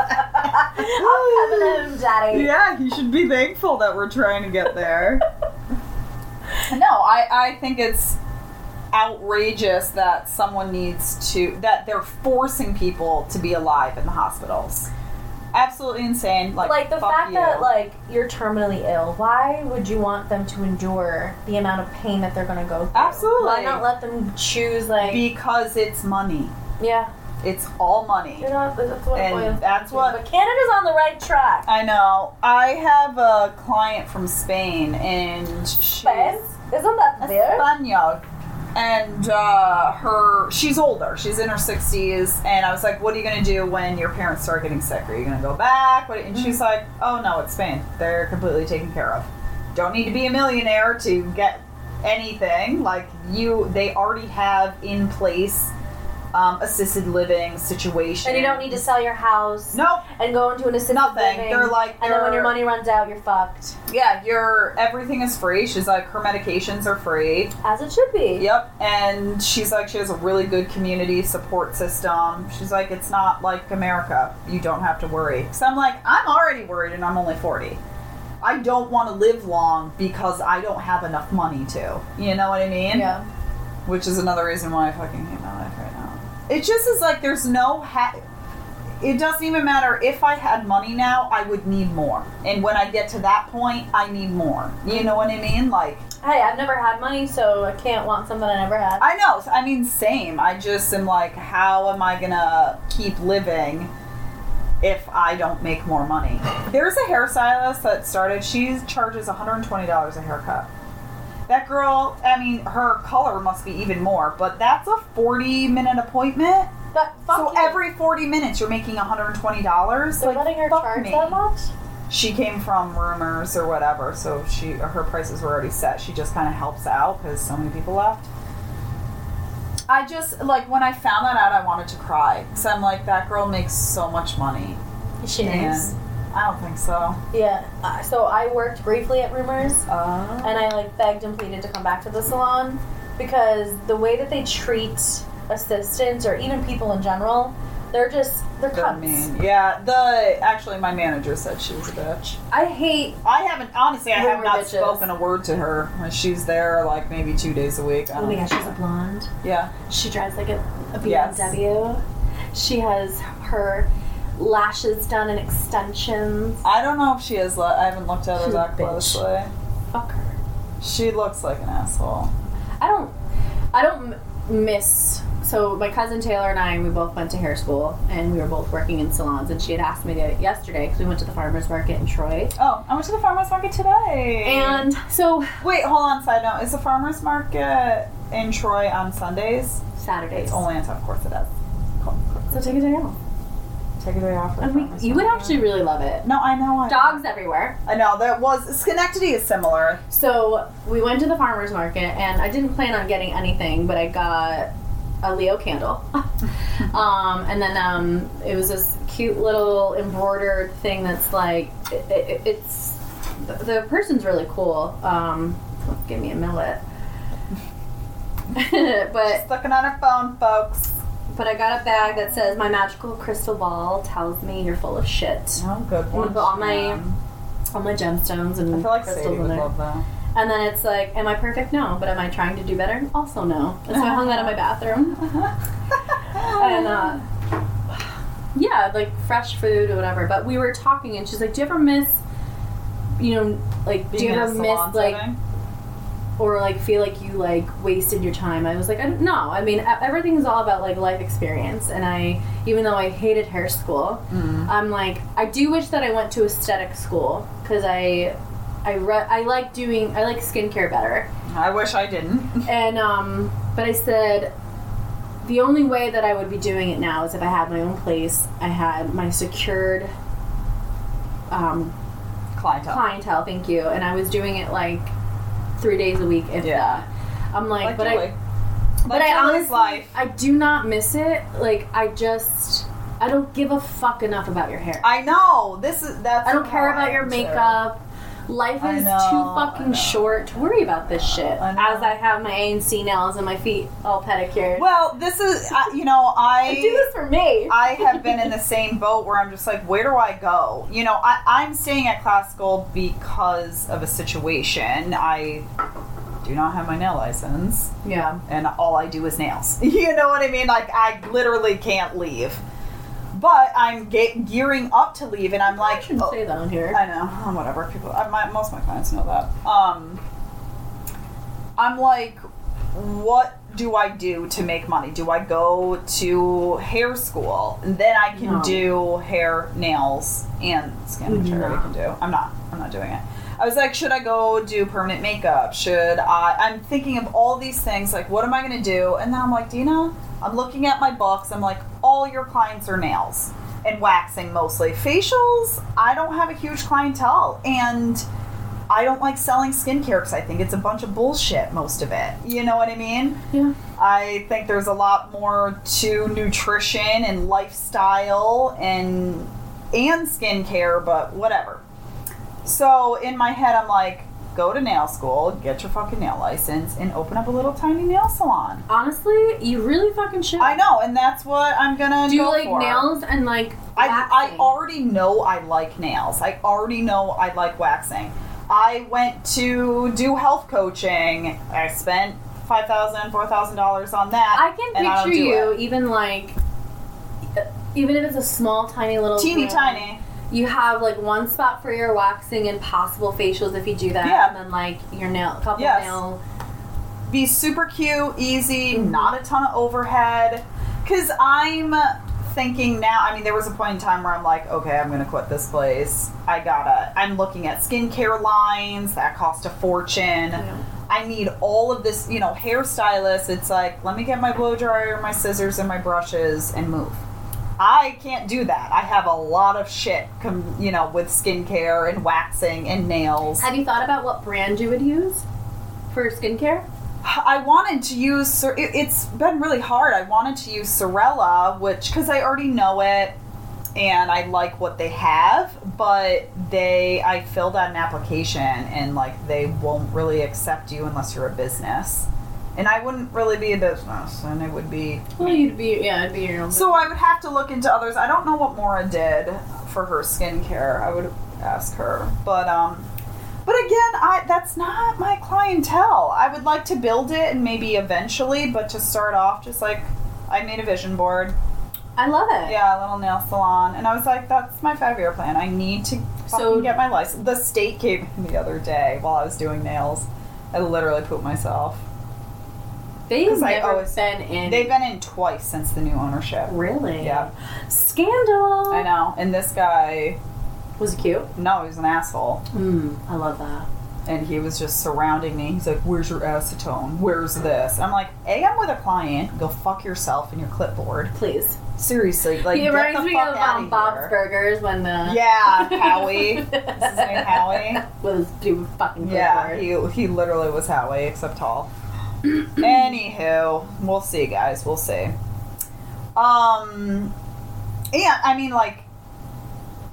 [SPEAKER 1] coming home, Daddy.
[SPEAKER 2] Yeah, you should be thankful that we're trying to get there. no, I, I think it's outrageous that someone needs to, that they're forcing people to be alive in the hospitals. Absolutely insane. Like,
[SPEAKER 1] like the
[SPEAKER 2] fuck
[SPEAKER 1] fact
[SPEAKER 2] you.
[SPEAKER 1] that like you're terminally ill why would you want them to endure the amount of pain that they're going to go through
[SPEAKER 2] Absolutely.
[SPEAKER 1] why not let them choose like
[SPEAKER 2] Because it's money.
[SPEAKER 1] yeah
[SPEAKER 2] It's all money.
[SPEAKER 1] you know that's what it
[SPEAKER 2] And
[SPEAKER 1] boils down
[SPEAKER 2] that's
[SPEAKER 1] to.
[SPEAKER 2] what-
[SPEAKER 1] but canada's on the right track
[SPEAKER 2] I know. I have a client from Spain and she's.
[SPEAKER 1] Spain? isn't that there
[SPEAKER 2] Espanol. And uh, her, she's older. She's in her sixties. And I was like, "What are you going to do when your parents start getting sick? Are you going to go back?" What, and
[SPEAKER 1] Mm.
[SPEAKER 2] she's like, "Oh no, it's Spain. They're completely taken care of. Don't need to be a millionaire to get anything. Like you, they already have in place um, assisted living situation.
[SPEAKER 1] and you don't need to sell your house
[SPEAKER 2] Nope.
[SPEAKER 1] and go into an assisted
[SPEAKER 2] Nothing.
[SPEAKER 1] living
[SPEAKER 2] They're like
[SPEAKER 1] and then when
[SPEAKER 2] they're-
[SPEAKER 1] your money runs out you're fucked
[SPEAKER 2] Yeah, your everything is free. She's like, her medications are free.
[SPEAKER 1] as it should be
[SPEAKER 2] Yep, and she's like, she has a really good community support system. She's like, it's not like America. You don't have to worry. So I'm like, I'm already worried, and I'm only 40. I don't want to live long because I don't have enough money to. You know what I mean?
[SPEAKER 1] yeah
[SPEAKER 2] Which is another reason why I fucking hate my life right now. It just is like, there's no ha- it doesn't even matter if I had money now, I would need more. And when I get to that point, I need more. You know what I mean? Like,
[SPEAKER 1] hey i've never had money so i can't want something i never had
[SPEAKER 2] I know. I mean, same. I just am like, how am I gonna keep living if I don't make more money? There's a hairstylist that started. She charges $120 a haircut. That girl, I mean, her color must be even more, but that's a 40 minute appointment.
[SPEAKER 1] but fuck
[SPEAKER 2] so
[SPEAKER 1] you.
[SPEAKER 2] every 40 minutes, you're making $120.
[SPEAKER 1] they're
[SPEAKER 2] Like,
[SPEAKER 1] letting her
[SPEAKER 2] fuck
[SPEAKER 1] charge
[SPEAKER 2] me.
[SPEAKER 1] that much
[SPEAKER 2] She came from rumors or whatever, so she her prices were already set. She just kind of helps out because so many people left. I just like when I found that out, I wanted to cry because I'm like that girl makes so much money.
[SPEAKER 1] she
[SPEAKER 2] And
[SPEAKER 1] is
[SPEAKER 2] I don't think so.
[SPEAKER 1] Yeah. uh, So I worked briefly at Rumors,
[SPEAKER 2] Uh,
[SPEAKER 1] and I like begged and pleaded to come back to the salon because the way that they treat assistants or even people in general, they're just they're
[SPEAKER 2] I
[SPEAKER 1] cunts.
[SPEAKER 2] mean, yeah. The actually, my manager said she was a bitch.
[SPEAKER 1] I hate.
[SPEAKER 2] I haven't honestly. I have
[SPEAKER 1] Rumor
[SPEAKER 2] not
[SPEAKER 1] bitches.
[SPEAKER 2] spoken a word to her. When She's there like maybe two days a week. I
[SPEAKER 1] Oh
[SPEAKER 2] don't
[SPEAKER 1] my gosh, she's a
[SPEAKER 2] know.
[SPEAKER 1] blonde.
[SPEAKER 2] yeah.
[SPEAKER 1] She drives like a, a
[SPEAKER 2] Um, Yes.
[SPEAKER 1] BMW. She has her lashes done and extensions.
[SPEAKER 2] I don't know if she is. I haven't looked at her
[SPEAKER 1] She's a
[SPEAKER 2] that
[SPEAKER 1] bitch.
[SPEAKER 2] closely.
[SPEAKER 1] Fuck her.
[SPEAKER 2] She looks like an asshole.
[SPEAKER 1] I don't, I don't m- miss. So my cousin Taylor and I, we both went to hair school, and we were both working in salons. And she had asked me that yesterday because we went to the farmers market in Troy.
[SPEAKER 2] Oh, I went to the farmers market today.
[SPEAKER 1] And so
[SPEAKER 2] wait, hold on. Side note: Is the farmers market in Troy on Sundays?
[SPEAKER 1] Saturdays.
[SPEAKER 2] It's only on of course it is.
[SPEAKER 1] So take a day off.
[SPEAKER 2] Take a day off. for the
[SPEAKER 1] And we,
[SPEAKER 2] farmers
[SPEAKER 1] you would
[SPEAKER 2] market.
[SPEAKER 1] actually really love it.
[SPEAKER 2] No, I know. I,
[SPEAKER 1] Dogs everywhere.
[SPEAKER 2] I know that was Schenectady is similar.
[SPEAKER 1] So we went to the farmers market, and I didn't plan on getting anything, but I got a Leo candle. um, and then um, it was this cute little embroidered thing that's like, it, it, it's, the, the person's really cool. Um, give me a millet. but
[SPEAKER 2] She's looking on her phone, folks.
[SPEAKER 1] but I got a bag that says my magical crystal ball tells me you're full of shit.
[SPEAKER 2] No good
[SPEAKER 1] one, put all my- Shannon. All my gemstones and
[SPEAKER 2] I feel like
[SPEAKER 1] crystals
[SPEAKER 2] Sadie
[SPEAKER 1] in
[SPEAKER 2] would
[SPEAKER 1] there.
[SPEAKER 2] love that.
[SPEAKER 1] And then it's like, am I perfect? No. But am I trying to do better? Also no. And so I hung that in my bathroom. And uh, yeah, like fresh food or whatever. But we were talking, and she's like, "Do you ever miss
[SPEAKER 4] you know, like, do
[SPEAKER 2] Being
[SPEAKER 4] you
[SPEAKER 2] in a
[SPEAKER 4] ever
[SPEAKER 2] salon
[SPEAKER 4] miss, like,
[SPEAKER 2] setting?
[SPEAKER 4] or like feel like you like wasted your time i was like i don't know i mean e- everything's all about like life experience and i even though i hated hair school
[SPEAKER 2] Mm.
[SPEAKER 4] i'm like i do wish that i went to aesthetic school because i i re- i like doing i like skincare better
[SPEAKER 2] I wish I didn't.
[SPEAKER 4] and um but i said the only way that i would be doing it now is if i had my own place i had my secured um
[SPEAKER 2] Clientele.
[SPEAKER 4] clientele thank you and i was doing it like three days a week if
[SPEAKER 2] Yeah.
[SPEAKER 4] that i'm like,
[SPEAKER 2] Like
[SPEAKER 4] but i
[SPEAKER 2] Julie.
[SPEAKER 4] but
[SPEAKER 2] Like
[SPEAKER 4] I
[SPEAKER 2] Julie's
[SPEAKER 4] honestly,
[SPEAKER 2] life.
[SPEAKER 4] I do not miss it. Like I just, I don't give a fuck enough about your hair. I,
[SPEAKER 2] I know. This is that's
[SPEAKER 4] don't
[SPEAKER 2] how
[SPEAKER 4] care
[SPEAKER 2] I
[SPEAKER 4] about your
[SPEAKER 2] am, too.
[SPEAKER 4] makeup. Life
[SPEAKER 2] I
[SPEAKER 4] is
[SPEAKER 2] know,
[SPEAKER 4] too
[SPEAKER 2] I know.
[SPEAKER 4] fucking short to worry about this shit.
[SPEAKER 2] I know.
[SPEAKER 4] As I have my A and C nails and my feet all pedicured.
[SPEAKER 2] Well, this is I you know I
[SPEAKER 4] I do this for me.
[SPEAKER 2] I have been in the same boat where I'm just like, where do I go? You know, I, I'm staying at classical because of a situation. I do not have my nail license,
[SPEAKER 4] yeah.
[SPEAKER 2] and all I do is nails. You know what I mean? Like, I literally can't leave. But I'm ge- gearing up to leave, and I'm
[SPEAKER 4] I
[SPEAKER 2] like,
[SPEAKER 4] shouldn't
[SPEAKER 2] oh,
[SPEAKER 4] say that on here.
[SPEAKER 2] I know, whatever. People, I, my, most of my clients know that. Um, I'm like, what do I do to make money? Do I go to hair school? And then I can
[SPEAKER 4] No.
[SPEAKER 2] do hair, nails, and skin, which I already
[SPEAKER 4] No.
[SPEAKER 2] can do. I'm not. I'm not doing it. I was like, should I go do permanent makeup? Should I? I'm thinking of all these things. Like, what am I going to do? And then I'm like, Dina, I'm looking at my books. I'm like, all your clients are nails and waxing mostly. Facials, I don't have a huge clientele. And I don't like selling skincare because I think it's a bunch of bullshit, most of it. You know what I mean?
[SPEAKER 4] yeah.
[SPEAKER 2] I think there's a lot more to nutrition and lifestyle and and skincare, but whatever. So in my head, I'm like, go to nail school, get your fucking nail license, and open up a little tiny nail salon.
[SPEAKER 4] Honestly, you really fucking should.
[SPEAKER 2] I know, and that's what I'm gonna
[SPEAKER 4] Do you
[SPEAKER 2] go
[SPEAKER 4] like
[SPEAKER 2] for.
[SPEAKER 4] nails and like?
[SPEAKER 2] I, I
[SPEAKER 4] waxing?
[SPEAKER 2] already know I like nails. I already know I like waxing. I went to do health coaching. I spent five thousand, four thousand dollars on that.
[SPEAKER 4] I can
[SPEAKER 2] and I don't
[SPEAKER 4] picture
[SPEAKER 2] do
[SPEAKER 4] you
[SPEAKER 2] it.
[SPEAKER 4] even like even if it's a small tiny little
[SPEAKER 2] teeny
[SPEAKER 4] room,
[SPEAKER 2] tiny.
[SPEAKER 4] you have like one spot for your waxing and possible facials if you do that
[SPEAKER 2] Yeah.
[SPEAKER 4] and then like your nail couple
[SPEAKER 2] Yes.
[SPEAKER 4] nail
[SPEAKER 2] Be super cute, easy, not a ton of overhead. Cause I'm thinking now. I mean, there was a point in time where I'm like, okay, I'm gonna quit this place. I gotta. I'm looking at skincare lines that cost a fortune. I need all of this, you know, hairstylist. It's like, let me get my blow dryer, my scissors, and my brushes and move. I can't do that. I have a lot of shit, com- you know, with skincare and waxing and nails.
[SPEAKER 4] have you thought about what brand you would use for skincare
[SPEAKER 2] I wanted to use. Sor- it- It's been really hard. I wanted to use Sorella, which because I already know it, and I like what they have. But they, I filled out an application, and like they won't really accept you unless you're a business. And I wouldn't really be a business, and it would be.
[SPEAKER 4] well you'd be yeah it'd be your own
[SPEAKER 2] So I would have to look into others. I don't know what Mora did for her skincare. I would ask her, but um, but again, I that's not my clientele. I would like to build it and maybe eventually, but to start off, just like I made a vision board.
[SPEAKER 4] I love it
[SPEAKER 2] Yeah, a little nail salon, and I was like, that's my five year plan. I need to
[SPEAKER 4] So-
[SPEAKER 2] so get my license. The state gave me the other day while I was doing nails. I literally pooped myself.
[SPEAKER 4] they've
[SPEAKER 2] 'Cause I
[SPEAKER 4] never
[SPEAKER 2] always-
[SPEAKER 4] been in
[SPEAKER 2] They've been in twice since the new ownership.
[SPEAKER 4] really
[SPEAKER 2] Yeah,
[SPEAKER 4] scandal
[SPEAKER 2] I know. And this guy,
[SPEAKER 4] was it cute
[SPEAKER 2] No, he was an asshole.
[SPEAKER 4] mm, I love that
[SPEAKER 2] And he was just surrounding me. He's like, Where's your acetone? Where's this? And I'm like, A, I'm with a client. Go fuck yourself and your clipboard.
[SPEAKER 4] please
[SPEAKER 2] Seriously. Like,
[SPEAKER 4] he
[SPEAKER 2] get
[SPEAKER 4] reminds
[SPEAKER 2] the
[SPEAKER 4] me
[SPEAKER 2] fuck
[SPEAKER 4] of
[SPEAKER 2] outta
[SPEAKER 4] um, Bob's
[SPEAKER 2] here.
[SPEAKER 4] Burgers when uh,
[SPEAKER 2] Yeah, Howie. Is his name Howie?
[SPEAKER 4] with his stupid fucking
[SPEAKER 2] Yeah,
[SPEAKER 4] clipboard.
[SPEAKER 2] he, he literally was Howie, except tall. Anywho, we'll see, guys. We'll see. Um, yeah, I mean, like,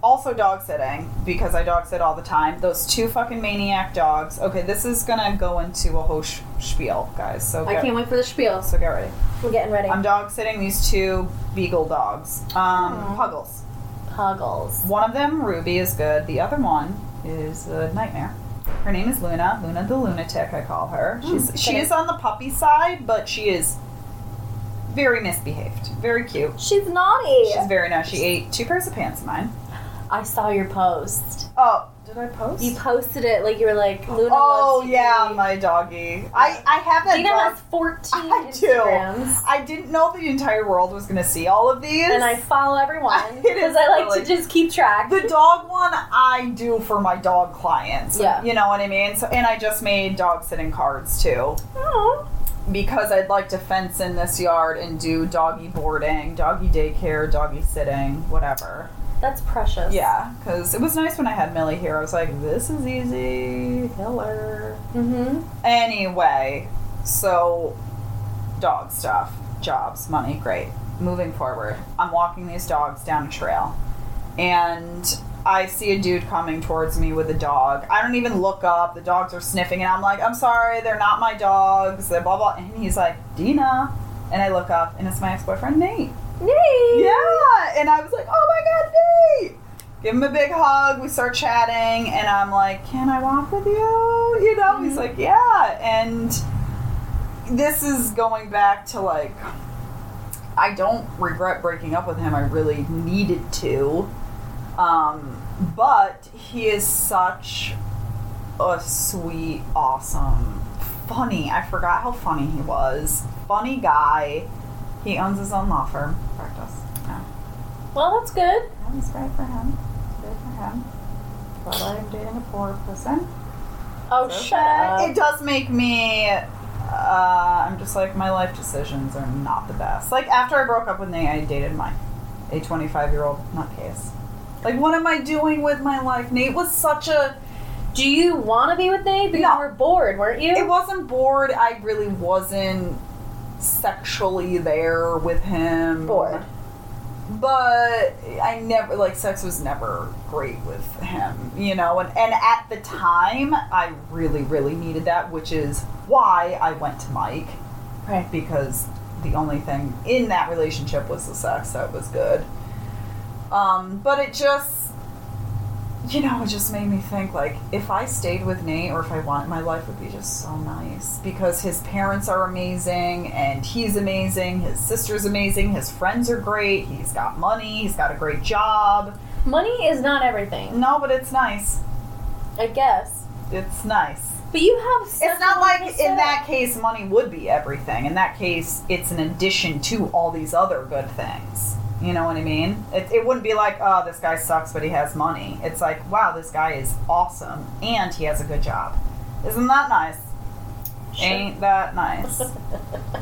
[SPEAKER 2] also dog sitting because I dog sit all the time. Those two fucking maniac dogs. Okay, this is gonna go into a whole sh- spiel, guys. So
[SPEAKER 4] I
[SPEAKER 2] get,
[SPEAKER 4] can't wait for the spiel.
[SPEAKER 2] so get ready.
[SPEAKER 4] We're getting ready.
[SPEAKER 2] I'm dog sitting these two beagle dogs, um,
[SPEAKER 4] Aw.
[SPEAKER 2] puggles.
[SPEAKER 4] Puggles.
[SPEAKER 2] One of them, Ruby, is good. The other one is a nightmare. Her name is Luna. Luna the lunatic, I call her. She's she
[SPEAKER 4] okay.
[SPEAKER 2] is on the puppy side, but she is very misbehaved. Very cute.
[SPEAKER 4] She's naughty.
[SPEAKER 2] She's very nice. She ate two pairs of pants of mine.
[SPEAKER 4] I saw your post.
[SPEAKER 2] Oh, did I post?
[SPEAKER 1] You posted it like you were like Luna.
[SPEAKER 2] oh
[SPEAKER 1] loves
[SPEAKER 2] yeah,
[SPEAKER 1] TV.
[SPEAKER 2] my doggy. I I have that
[SPEAKER 1] Dina
[SPEAKER 2] dog.
[SPEAKER 1] has fourteen
[SPEAKER 2] I do.
[SPEAKER 1] Instagrams,
[SPEAKER 2] I didn't know the entire world was gonna see all of these.
[SPEAKER 1] and I follow everyone
[SPEAKER 2] It
[SPEAKER 1] because
[SPEAKER 2] is
[SPEAKER 1] I like
[SPEAKER 2] really-
[SPEAKER 1] to just keep track.
[SPEAKER 2] the dog one I do for my dog clients.
[SPEAKER 1] Yeah.
[SPEAKER 2] You know what I mean? So and I just made dog sitting cards too.
[SPEAKER 1] Oh.
[SPEAKER 2] Because I'd like to fence in this yard and do doggy boarding, doggy daycare, doggy sitting, whatever.
[SPEAKER 1] That's precious.
[SPEAKER 2] Yeah, because it was nice when I had Millie here. I was like, this is easy. Hiller.
[SPEAKER 1] Mm-hmm.
[SPEAKER 2] Anyway, so dog stuff, jobs, money, great. Moving forward, I'm walking these dogs down a trail and I see a dude coming towards me with a dog. I don't even look up. The dogs are sniffing and I'm like, I'm sorry, they're not my dogs. They're blah blah. And he's like, Dina. And I look up and it's my ex boyfriend, Nate.
[SPEAKER 1] Yay!
[SPEAKER 2] Yeah. And I was like, oh my God, Nate. Give him a big hug. We start chatting. And I'm like, can I walk with you? You know, he's
[SPEAKER 1] Mhm.
[SPEAKER 2] like, yeah. And this is going back to like, I don't regret breaking up with him. I really needed to. Um, but he is such a sweet, awesome, funny. I forgot how funny he was. Funny guy. He owns his own law firm. Practice. Yeah.
[SPEAKER 1] Well, that's good.
[SPEAKER 2] That was great for him. Good for him. But I'm dating a poor person.
[SPEAKER 1] Oh,
[SPEAKER 2] So
[SPEAKER 1] shut up.
[SPEAKER 2] It does make me. Uh, I'm just like my life decisions are not the best. Like after I broke up with Nate, I dated my a 25 year old nutcase. Like what am I doing with my life? Nate was such a.
[SPEAKER 1] Do you want to be with Nate? Because
[SPEAKER 2] No.
[SPEAKER 1] you were bored, weren't you?
[SPEAKER 2] It wasn't bored. I really wasn't sexually there with him.
[SPEAKER 1] bored.
[SPEAKER 2] but I never like sex was never great with him, you know. And and at the time, I really really needed that, which is why I went to Mike
[SPEAKER 1] Right.
[SPEAKER 2] because the only thing in that relationship was the sex that was good. Um, but it just, you know, it just made me think like if I stayed with Nate or if I want my life would be just so nice because his parents are amazing and he's amazing, his sister's amazing, his friends are great, he's got money, he's got a great job.
[SPEAKER 1] Money is not everything,
[SPEAKER 2] No, but it's nice.
[SPEAKER 1] I guess.
[SPEAKER 2] It's nice.
[SPEAKER 1] But you have.
[SPEAKER 2] It's
[SPEAKER 1] such
[SPEAKER 2] not
[SPEAKER 1] a
[SPEAKER 2] like
[SPEAKER 1] nice
[SPEAKER 2] in
[SPEAKER 1] setup.
[SPEAKER 2] that case money would be everything. In that case, it's an addition to all these other good things. You know what I mean? It, it wouldn't be like, oh, this guy sucks, but he has money. It's like, wow, this guy is awesome and he has a good job. Isn't that nice?
[SPEAKER 1] Sure.
[SPEAKER 2] Ain't that nice?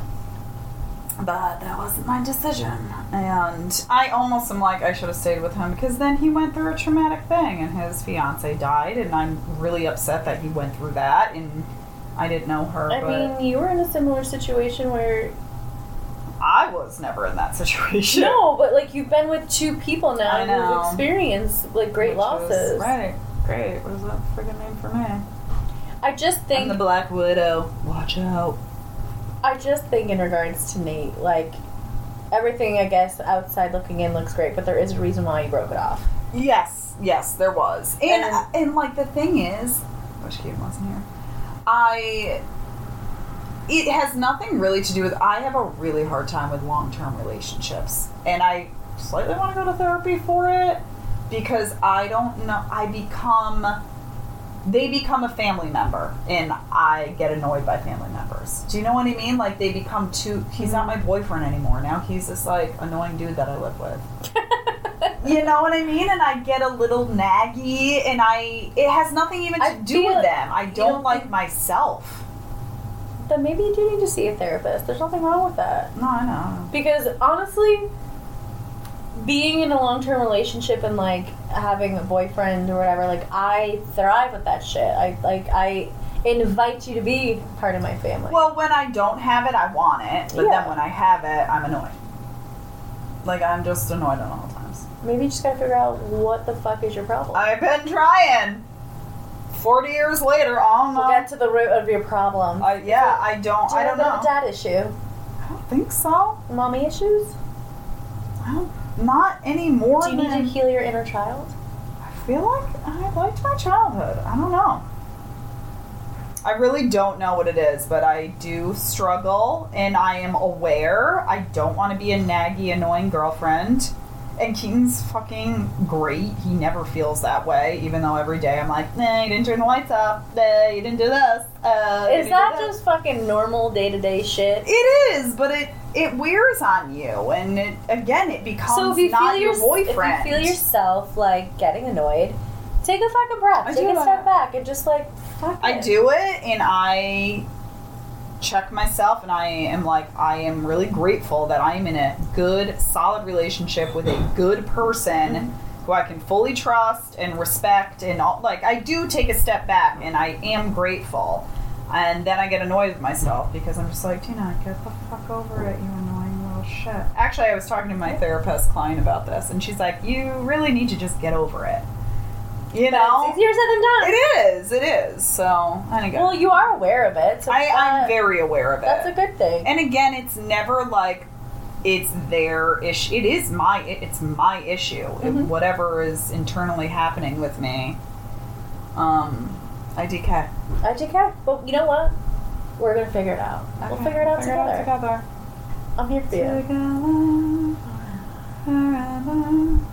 [SPEAKER 2] but that wasn't my decision. And I almost am like, I should have stayed with him because then he went through a traumatic thing and his fiance died. And I'm really upset that he went through that. And I didn't know her.
[SPEAKER 1] I
[SPEAKER 2] but
[SPEAKER 1] mean, you were in a similar situation where
[SPEAKER 2] I was never in that situation.
[SPEAKER 1] no, but like you've been with two people now
[SPEAKER 2] I
[SPEAKER 1] and
[SPEAKER 2] know.
[SPEAKER 1] you've experienced like great
[SPEAKER 2] Which was-
[SPEAKER 1] losses.
[SPEAKER 2] right. Great. What is that friggin' name for me?
[SPEAKER 1] I just
[SPEAKER 2] I'm
[SPEAKER 1] think
[SPEAKER 2] the Black Widow. Watch out.
[SPEAKER 1] I just think in regards to Nate, like everything I guess outside looking in looks great, but there is a reason why you broke it off.
[SPEAKER 2] Yes, yes, there was. And
[SPEAKER 1] And-
[SPEAKER 2] and, like the thing is, wish Kate wasn't here. I it has nothing really to do with I have a really hard time with long-term relationships and I slightly want to go to therapy for it because I don't know I become they become a family member and I get annoyed by family members. Do you know what I mean? Like they become too he's not
[SPEAKER 1] Mm-hmm.
[SPEAKER 2] my boyfriend anymore. Now he's this like annoying dude that I live with you know what I mean? And I get a little naggy, and I it has nothing even to
[SPEAKER 1] I
[SPEAKER 2] do
[SPEAKER 1] feel-
[SPEAKER 2] with them. I don't,
[SPEAKER 1] don't
[SPEAKER 2] like
[SPEAKER 1] think-
[SPEAKER 2] myself.
[SPEAKER 1] Then maybe you do need to see a therapist. There's nothing wrong with that.
[SPEAKER 2] No, I know.
[SPEAKER 1] Because honestly, being in a long term relationship and like having a boyfriend or whatever, like I thrive with that shit. I like I invite you to be part of my family.
[SPEAKER 2] Well, when I don't have it, I want it, but
[SPEAKER 1] Yeah.
[SPEAKER 2] then when I have it, I'm annoyed. Like I'm just annoyed at all times.
[SPEAKER 1] maybe you just gotta figure out what the fuck is your problem.
[SPEAKER 2] I've been trying. Forty years later, I don't know.
[SPEAKER 1] we'll get to the root of your problem.
[SPEAKER 2] I- yeah, I don't.
[SPEAKER 1] Do you
[SPEAKER 2] I
[SPEAKER 1] have
[SPEAKER 2] don't
[SPEAKER 1] a bit of
[SPEAKER 2] know.
[SPEAKER 1] a dad issue,
[SPEAKER 2] I don't think so.
[SPEAKER 1] mommy issues.
[SPEAKER 2] I don't. Not anymore.
[SPEAKER 1] Do you need to
[SPEAKER 2] than-
[SPEAKER 1] heal your inner child?
[SPEAKER 2] I feel like I liked my childhood. I don't know. I really don't know what it is, but I do struggle and I am aware. I don't want to be a naggy, annoying girlfriend. And Keaton's fucking great. He never feels that way, even though every day I'm like, nah, you didn't turn the lights off. Nah, you didn't do this. Uh, you
[SPEAKER 1] Is
[SPEAKER 2] didn't
[SPEAKER 1] that
[SPEAKER 2] do this."
[SPEAKER 1] just fucking normal day to day shit?
[SPEAKER 2] It is, but it it wears on you, and it again it becomes
[SPEAKER 1] So if you
[SPEAKER 2] not
[SPEAKER 1] feel
[SPEAKER 2] your,
[SPEAKER 1] your,
[SPEAKER 2] boyfriend.
[SPEAKER 1] if you feel yourself like getting annoyed, take a fucking breath,
[SPEAKER 2] I
[SPEAKER 1] take
[SPEAKER 2] do
[SPEAKER 1] a
[SPEAKER 2] that.
[SPEAKER 1] step back, and just like fuck.
[SPEAKER 2] I
[SPEAKER 1] it.
[SPEAKER 2] do it and I check myself and I am like I am really grateful that I'm in a good solid relationship with a good person
[SPEAKER 1] Mm-hmm.
[SPEAKER 2] who I can fully trust and respect and all like I do take a step back and I am grateful and then I get annoyed with myself because I'm just like Tina get the fuck over it you annoying little shit actually I was talking to my therapist client about this and she's like you really need to just get over it you
[SPEAKER 1] But it's
[SPEAKER 2] know
[SPEAKER 1] easier said than done.
[SPEAKER 2] it is. It is. So I don't
[SPEAKER 1] Well, you are aware of it. So
[SPEAKER 2] I, I'm
[SPEAKER 1] that-
[SPEAKER 2] very aware of it.
[SPEAKER 1] That's a good thing.
[SPEAKER 2] and again, it's never like it's their issue. It is my. It's my issue. It-
[SPEAKER 1] Mhm.
[SPEAKER 2] whatever is internally happening with me. Um, I DK.
[SPEAKER 1] I take care. But you know what? We're gonna figure it out. We'll
[SPEAKER 2] Okay,
[SPEAKER 1] figure it out together.
[SPEAKER 2] together.
[SPEAKER 1] I'm here for you.
[SPEAKER 2] Together, forever.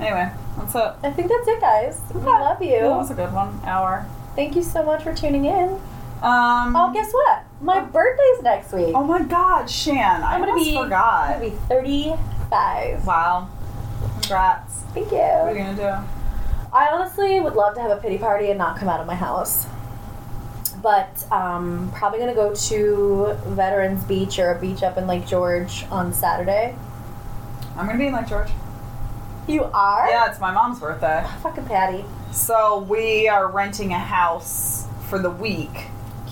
[SPEAKER 2] Anyway, that's it.
[SPEAKER 1] I think that's it, guys. We love you.
[SPEAKER 2] That was a good one. Hour.
[SPEAKER 1] Thank you so much for tuning in.
[SPEAKER 2] Um.
[SPEAKER 1] Oh, guess what? My birthday's next week.
[SPEAKER 2] Oh my God, Shan! I
[SPEAKER 1] I'm gonna
[SPEAKER 2] almost
[SPEAKER 1] be-
[SPEAKER 2] forgot.
[SPEAKER 1] I'm gonna be 35.
[SPEAKER 2] Wow. Congrats.
[SPEAKER 1] Thank
[SPEAKER 2] What are
[SPEAKER 1] you.
[SPEAKER 2] you gonna
[SPEAKER 1] I honestly would love to have a pity party and not come out of my house. But um, probably gonna go to Veterans Beach or a beach up in Lake George on Saturday.
[SPEAKER 2] do? I'm gonna be in Lake George.
[SPEAKER 1] You are?
[SPEAKER 2] Yeah, it's my mom's birthday.
[SPEAKER 1] Fucking Patty.
[SPEAKER 2] So we are renting a house for the week,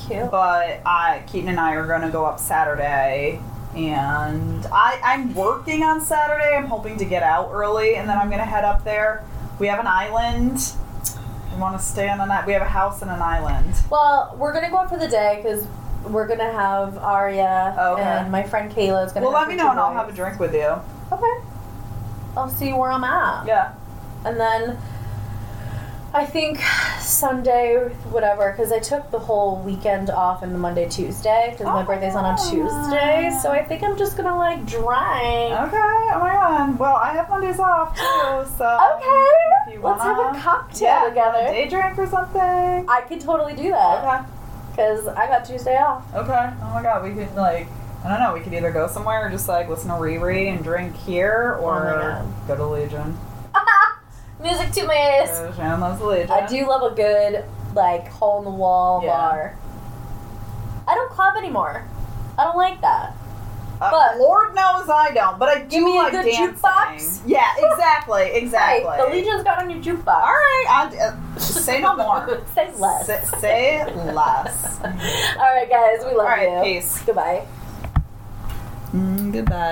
[SPEAKER 1] Cute.
[SPEAKER 2] but I, Keaton and I are gonna go up Saturday. And I, I'm working on Saturday. I'm hoping to get out early, and then I'm gonna head up there. We have an island. We want to stay on an island. We have a house and an island.
[SPEAKER 1] Well, we're gonna go up for the day because we're gonna have Aria
[SPEAKER 2] Okay.
[SPEAKER 1] and my friend Kayla is gonna.
[SPEAKER 2] Well,
[SPEAKER 1] have
[SPEAKER 2] let me know, and I'll have a drink with you.
[SPEAKER 1] a. Okay. I'll see where I'm at,
[SPEAKER 2] Yeah.
[SPEAKER 1] and then I think Sunday, whatever, because I took the whole weekend off and the Monday, Tuesday because my
[SPEAKER 2] Oh.
[SPEAKER 1] birthday's on a Tuesday. So I think I'm just gonna like
[SPEAKER 2] Okay.
[SPEAKER 1] drink.
[SPEAKER 2] Oh my God. Well, I have Mondays off too, so. Oh. If
[SPEAKER 1] Okay.
[SPEAKER 2] you
[SPEAKER 1] Let's have
[SPEAKER 2] wanna-
[SPEAKER 1] a cocktail
[SPEAKER 2] yeah,
[SPEAKER 1] together.
[SPEAKER 2] Day drink or something.
[SPEAKER 1] I could totally do that
[SPEAKER 2] Okay.
[SPEAKER 1] because I got Tuesday off.
[SPEAKER 2] Okay. Oh my god, we could like I don't know, we could either go somewhere or just like listen to Riri and drink here
[SPEAKER 1] Oh my
[SPEAKER 2] or
[SPEAKER 1] God.
[SPEAKER 2] go to Legion.
[SPEAKER 1] Music to my ears.
[SPEAKER 2] Go to Shannon loves the Legion.
[SPEAKER 1] I do love a good like hole in the wall
[SPEAKER 2] Oh, Yeah.
[SPEAKER 1] bar. I don't club anymore. I don't like that.
[SPEAKER 2] Uh,
[SPEAKER 1] but-
[SPEAKER 2] Lord knows I don't, but I do
[SPEAKER 1] me a
[SPEAKER 2] like
[SPEAKER 1] good
[SPEAKER 2] dancing.
[SPEAKER 1] jukebox.
[SPEAKER 2] Yeah, exactly, exactly.
[SPEAKER 1] Hey, the Legion's got a new jukebox.
[SPEAKER 2] All right, I'll, uh, say no more.
[SPEAKER 1] Say less.
[SPEAKER 2] Say, say less.
[SPEAKER 1] All right, guys, we love
[SPEAKER 2] All right,
[SPEAKER 1] you.
[SPEAKER 2] peace.
[SPEAKER 1] Goodbye.
[SPEAKER 2] Mm, goodbye.